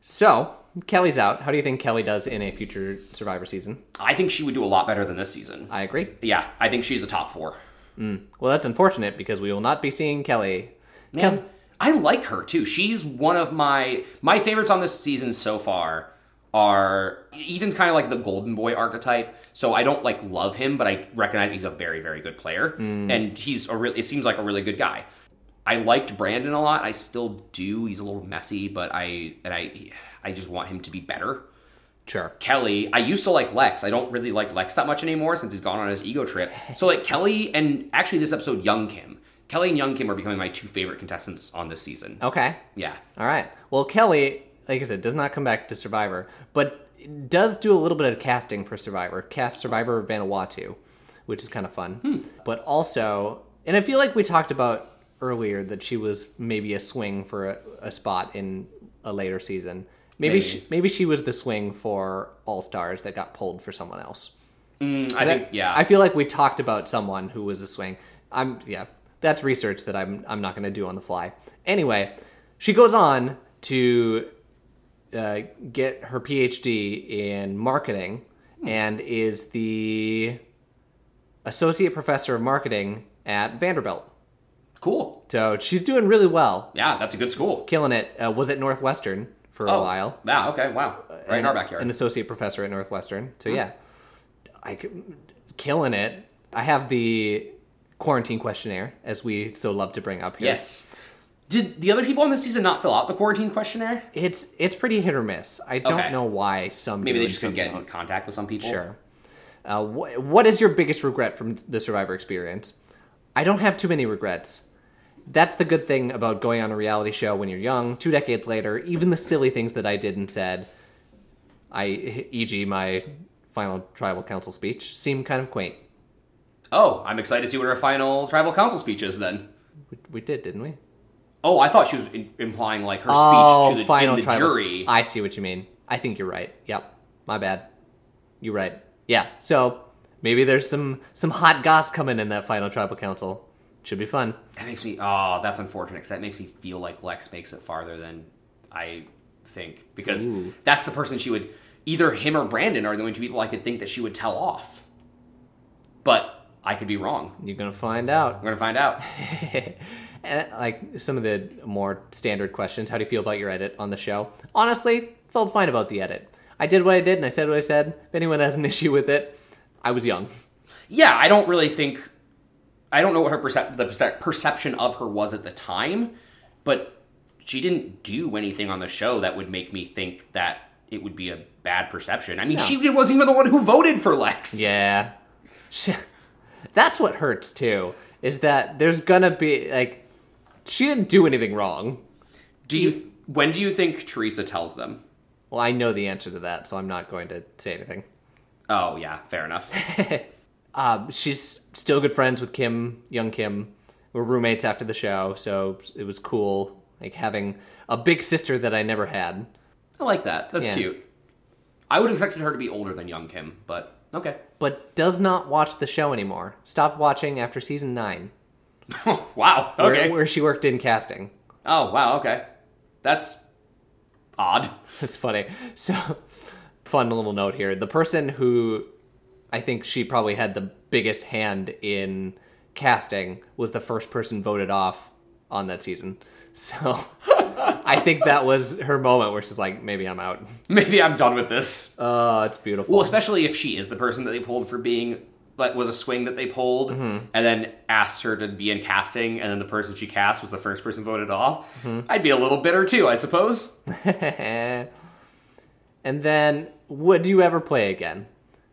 B: So Kelly's out. How do you think Kelly does in a future Survivor season?
A: I think she would do a lot better than this season.
B: I agree.
A: Yeah, I think she's a top four.
B: Well, that's unfortunate because we will not be seeing Kelly.
A: Man, I like her too. She's one of my my favorites on this season so far. Are Ethan's kind of like the golden boy archetype, so I don't like love him, but I recognize he's a very very good player, and he's a really it seems like a really good guy. I liked Brandon a lot. I still do. He's a little messy, but I and I I just want him to be better.
B: Sure.
A: Kelly, I used to like Lex. I don't really like Lex that much anymore since he's gone on his ego trip. So like Kelly and actually this episode, Young Kim. Kelly and Young Kim are becoming my two favorite contestants on this season.
B: Okay.
A: Yeah.
B: All right. Well, Kelly, like I said, does not come back to Survivor, but does do a little bit of casting for Survivor. Cast Survivor Vanuatu, which is kind of fun. But also, and I feel like we talked about earlier that she was maybe a swing for a, a spot in a later season. Maybe
A: Maybe.
B: maybe. She, maybe she was the swing for All Stars that got pulled for someone else.
A: Mm, I think yeah.
B: I feel like we talked about someone who was a swing. I'm yeah. That's research that I'm I'm not going to do on the fly. Anyway, she goes on to uh, get her PhD in marketing and is the associate professor of marketing at Vanderbilt.
A: Cool.
B: So she's doing really well,
A: Yeah, that's a good school.
B: killing it. Uh, was at Northwestern for
A: Oh.
B: a while.
A: Yeah. Okay. Wow. Right in
B: an-
A: our backyard. Hmm.
B: An associate professor at Northwestern. So yeah, I c- killing it. I have the quarantine questionnaire, as we so love to bring up here.
A: yes. Did the other people on this season not fill out the quarantine questionnaire?
B: it's it's pretty hit or miss. I don't
A: Okay.
B: know why some
A: Maybe
B: do
A: they
B: and
A: just couldn't
B: some
A: get
B: don't.
A: in contact with some people.
B: Sure. Uh, wh- what is your biggest regret from the Survivor experience? I don't have too many regrets. That's the good thing about going on a reality show when you're young. Two decades later, even the silly things that I did and said, I, e.g., my final tribal council speech, seem kind of quaint.
A: Oh, I'm excited to see what her final tribal council speech is then.
B: We, we did, didn't we? Speech
A: Oh, I thought she was in- implying like her speech
B: Oh,
A: to the, in the jury.
B: I see what you mean. I think you're right. Yep. My bad. You're right. Yeah. So maybe there's some some hot goss coming in that final tribal council. Should be fun.
A: that makes me. Oh, that's unfortunate because that makes me feel like Lex makes it farther than I think because that's the person she would either him or Brandon are the only two people I could think that she would tell off. But I could be wrong.
B: You're gonna find
A: I'm
B: out. [LAUGHS]
A: gonna find out.
B: And, like some of the more standard questions. How do you feel about your edit on the show? Honestly, felt fine about the edit. I did what I did and I said what I said. If anyone has an [LAUGHS] issue with it, I was young.
A: yeah, I don't really think I don't know what her percep- the percep- perception of her was at the time, but she didn't do anything on the show that would make me think that it would be a bad perception. I mean, she wasn't even the one who voted for Lex.
B: Yeah. Sh- [LAUGHS] That's what hurts too, is that there's gonna be like she didn't do anything wrong.
A: Do you? When do you think Teresa tells them?
B: Well, I know the answer to that, so I'm not going to say anything.
A: Oh yeah, fair
B: [LAUGHS]
A: enough.
B: Um, she's still good friends with Kim, young Kim. We're roommates after the show, so it was cool, like having a big sister that I never had.
A: I like that. That's
B: Yeah.
A: cute. I would have expected her to be older than young Kim, but okay. [LAUGHS]
B: But does not watch the show anymore. Stopped watching after season nine,
A: wow.
B: where,
A: Okay.
B: where she worked in casting.
A: Oh wow. Okay. That's odd. [LAUGHS]
B: That's funny. [LAUGHS] So, fun little note here. The person who I think she probably had the biggest hand in casting was the first person voted off on that season. [LAUGHS] So, I think that was her moment where she's like, maybe I'm out. [LAUGHS]
A: Maybe I'm done with this.
B: Oh, it's beautiful.
A: Well, especially if she is the person that they pulled for being that was a swing that they pulled,
B: Mm-hmm.
A: and then asked her to be in casting, and then the person she cast was the first person voted off.
B: Mm-hmm.
A: I'd be a little bitter too, I suppose.
B: and [LAUGHS] then, would you ever play again?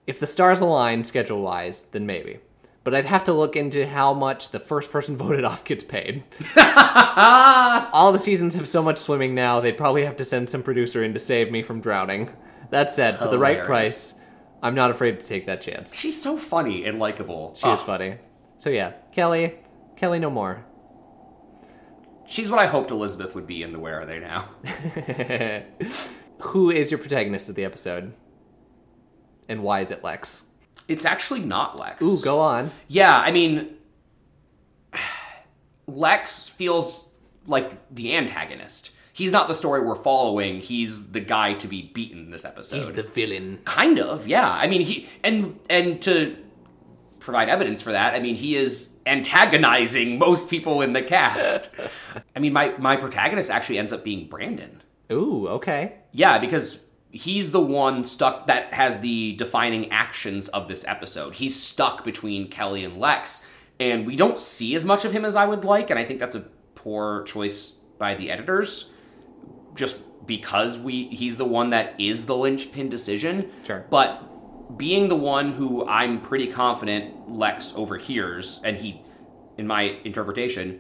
B: If the stars align schedule wise, then maybe. But I'd have to look into how much the first person [LAUGHS] voted off gets paid. All the seasons have so much swimming now, they'd probably have to send some producer in to save me from drowning. That said, for the right
A: Hilarious.
B: price, I'm not afraid to take that chance.
A: She's so funny and likable. Ah,
B: She is funny. So yeah, Kelly, Kelly no more. [LAUGHS]
A: She's what I hoped Elizabeth would be in the Where Are They Now? [LAUGHS]
B: Who is your protagonist of the episode? And why is it Lex?
A: It's actually not Lex.
B: Ooh, go on.
A: Yeah, I mean, [SIGHS] Lex feels like the antagonist. He's not the story we're following. He's the guy to be beaten this episode.
B: villain.
A: kind of yeah i mean he and and to provide evidence for that i mean he is antagonizing most people in the
B: [LAUGHS]
A: cast i mean my my protagonist actually ends up being brandon
B: Ooh, okay.
A: yeah because he's the one stuck that has the defining actions of this episode he's stuck between kelly and lex and we don't see as much of him as i would like and i think that's a poor choice by the editors just because we he's the one that is the linchpin decision.
B: Sure.
A: But being the one who I'm pretty confident Lex overhears, and he, in my interpretation,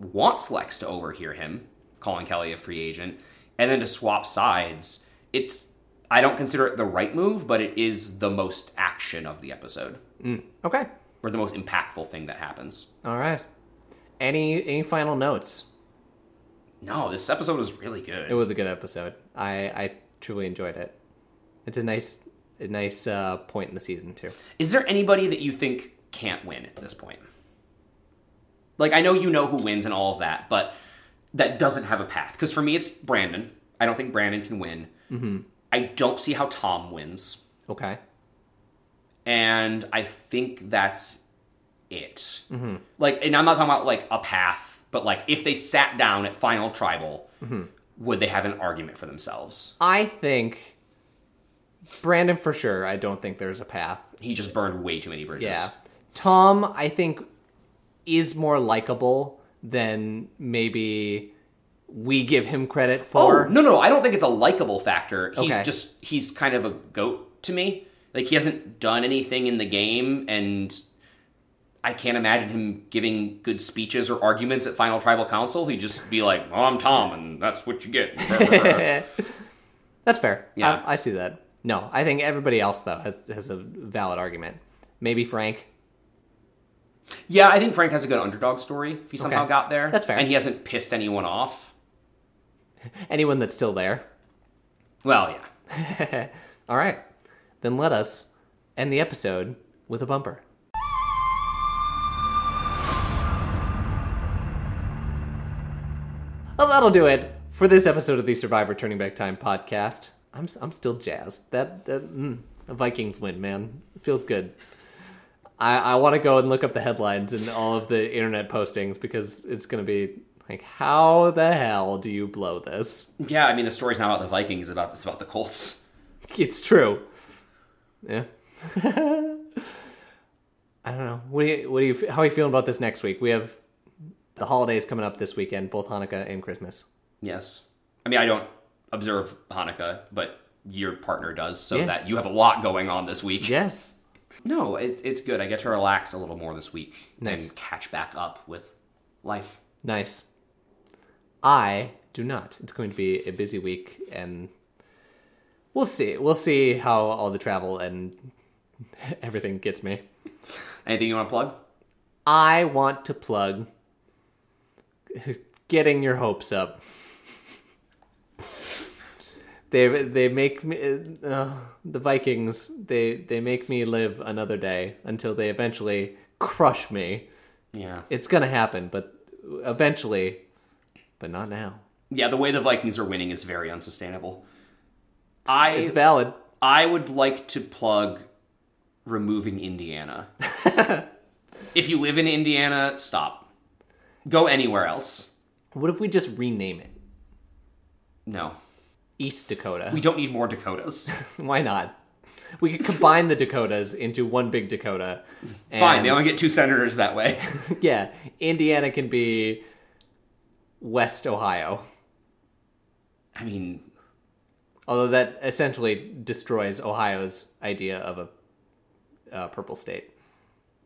A: wants Lex to overhear him calling Kelly a free agent, and then to swap sides. It's I don't consider it the right move, but it is the most action of the episode,
B: Okay.
A: or the most impactful thing that happens.
B: All right. Any any final notes?
A: No, this episode is really
B: It
A: good.
B: was a good episode. I I truly enjoyed it. It's a nice a nice uh, point in the season too.
A: Is there anybody that you think can't win at this point? Like I know you know who wins and all of that, but that doesn't have a path. Because for me, it's Brandon. I don't think Brandon can win. I don't see how Tom wins,
B: Okay.
A: and I think that's it. Like, and I'm not talking about like a path, but like if they sat down at final tribal, would they have an argument for themselves?
B: I think Brandon for sure. I don't think there's a path.
A: He just burned way too many bridges.
B: Yeah. Tom, I think, is more likable than maybe we give him credit
A: Oh
B: for.
A: no, no, I don't think it's a likable factor. He's
B: Okay.
A: just he's kind of a goat to me. Like he hasn't done anything in the game, and I can't imagine him giving good speeches or arguments at Final Tribal Council. He'd just be like, "Oh, I'm Tom, and that's what you get."
B: [LAUGHS] That's fair.
A: Yeah.
B: I, I see that. No, I think everybody else though has has a valid argument. Maybe Frank.
A: yeah, I think Frank has a good underdog story. If he somehow
B: Okay.
A: got there,
B: That's fair.
A: and he hasn't pissed anyone off.
B: Anyone that's still there.
A: Well, yeah.
B: [LAUGHS] All right. Then let us end the episode with a bumper. Well, that'll do it for this episode of the Survivor Turning Back Time podcast. I'm, s- I'm still jazzed. That, that mm, the Vikings win, man. It feels good. I, I want to go and look up the headlines and all of the internet postings because it's going to be like, how the hell do you blow this?
A: Yeah, I mean the story's not about the Vikings; it's about it's about the Colts.
B: [LAUGHS] It's true. Yeah. [LAUGHS] I don't know. What do you, what do you, how are you feeling about this next week? We have the holidays coming up this weekend, both Hanukkah and Christmas.
A: Yes, I mean I don't observe Hanukkah, but your partner does, so
B: Yeah.
A: that you have a lot going on this week.
B: Yes.
A: No, it, it's good. I get to relax a little more this week
B: Nice.
A: and catch back up with life.
B: Nice. I do not. It's going to be a busy week and we'll see. We'll see how all the travel and [LAUGHS] everything gets me.
A: Anything you want to plug?
B: I want to plug [LAUGHS] getting your hopes up. [LAUGHS] They they make me uh, the Vikings. They they make me live another day until they eventually crush me.
A: Yeah.
B: It's gonna happen, but eventually, but not now.
A: Yeah, the way the Vikings are winning is very unsustainable. I
B: It's valid.
A: I would like to plug removing
B: [LAUGHS]
A: Indiana. if you live in Indiana, stop. Go anywhere else.
B: What if we just rename it
A: No.
B: East Dakota?
A: We don't need more Dakotas.
B: [LAUGHS] Why not? We could combine the Dakotas into one big Dakota.
A: Fine,
B: and-
A: they only get two senators that way. [LAUGHS]
B: Yeah, Indiana can be West Ohio,
A: I mean,
B: although that essentially destroys Ohio's idea of a uh, purple state.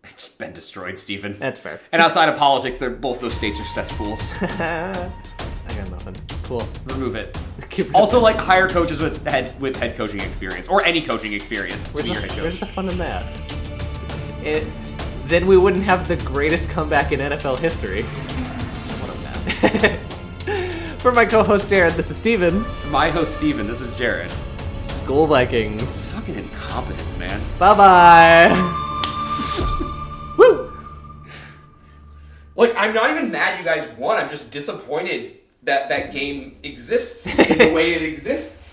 A: it's been destroyed, Stephen.
B: That's fair.
A: And outside of politics, they're both those states are cesspools.
B: [LAUGHS] I got nothing. Cool.
A: Remove it.
B: Keep it
A: Also, like hire coaches with head with head coaching experience or any coaching experience to
B: Where's
A: be
B: the,
A: your head
B: where's
A: coach.
B: the fun in that? It, then we wouldn't have the greatest comeback in NFL history.
A: What a mess.
B: [LAUGHS] For my co-host Jared, this is Steven.
A: My host Steven, this is Jared.
B: School Vikings.
A: Fucking incompetence, man.
B: Bye [LAUGHS] bye. Woo.
A: Like I'm not even mad you guys won. I'm just disappointed that that game exists in the way it exists.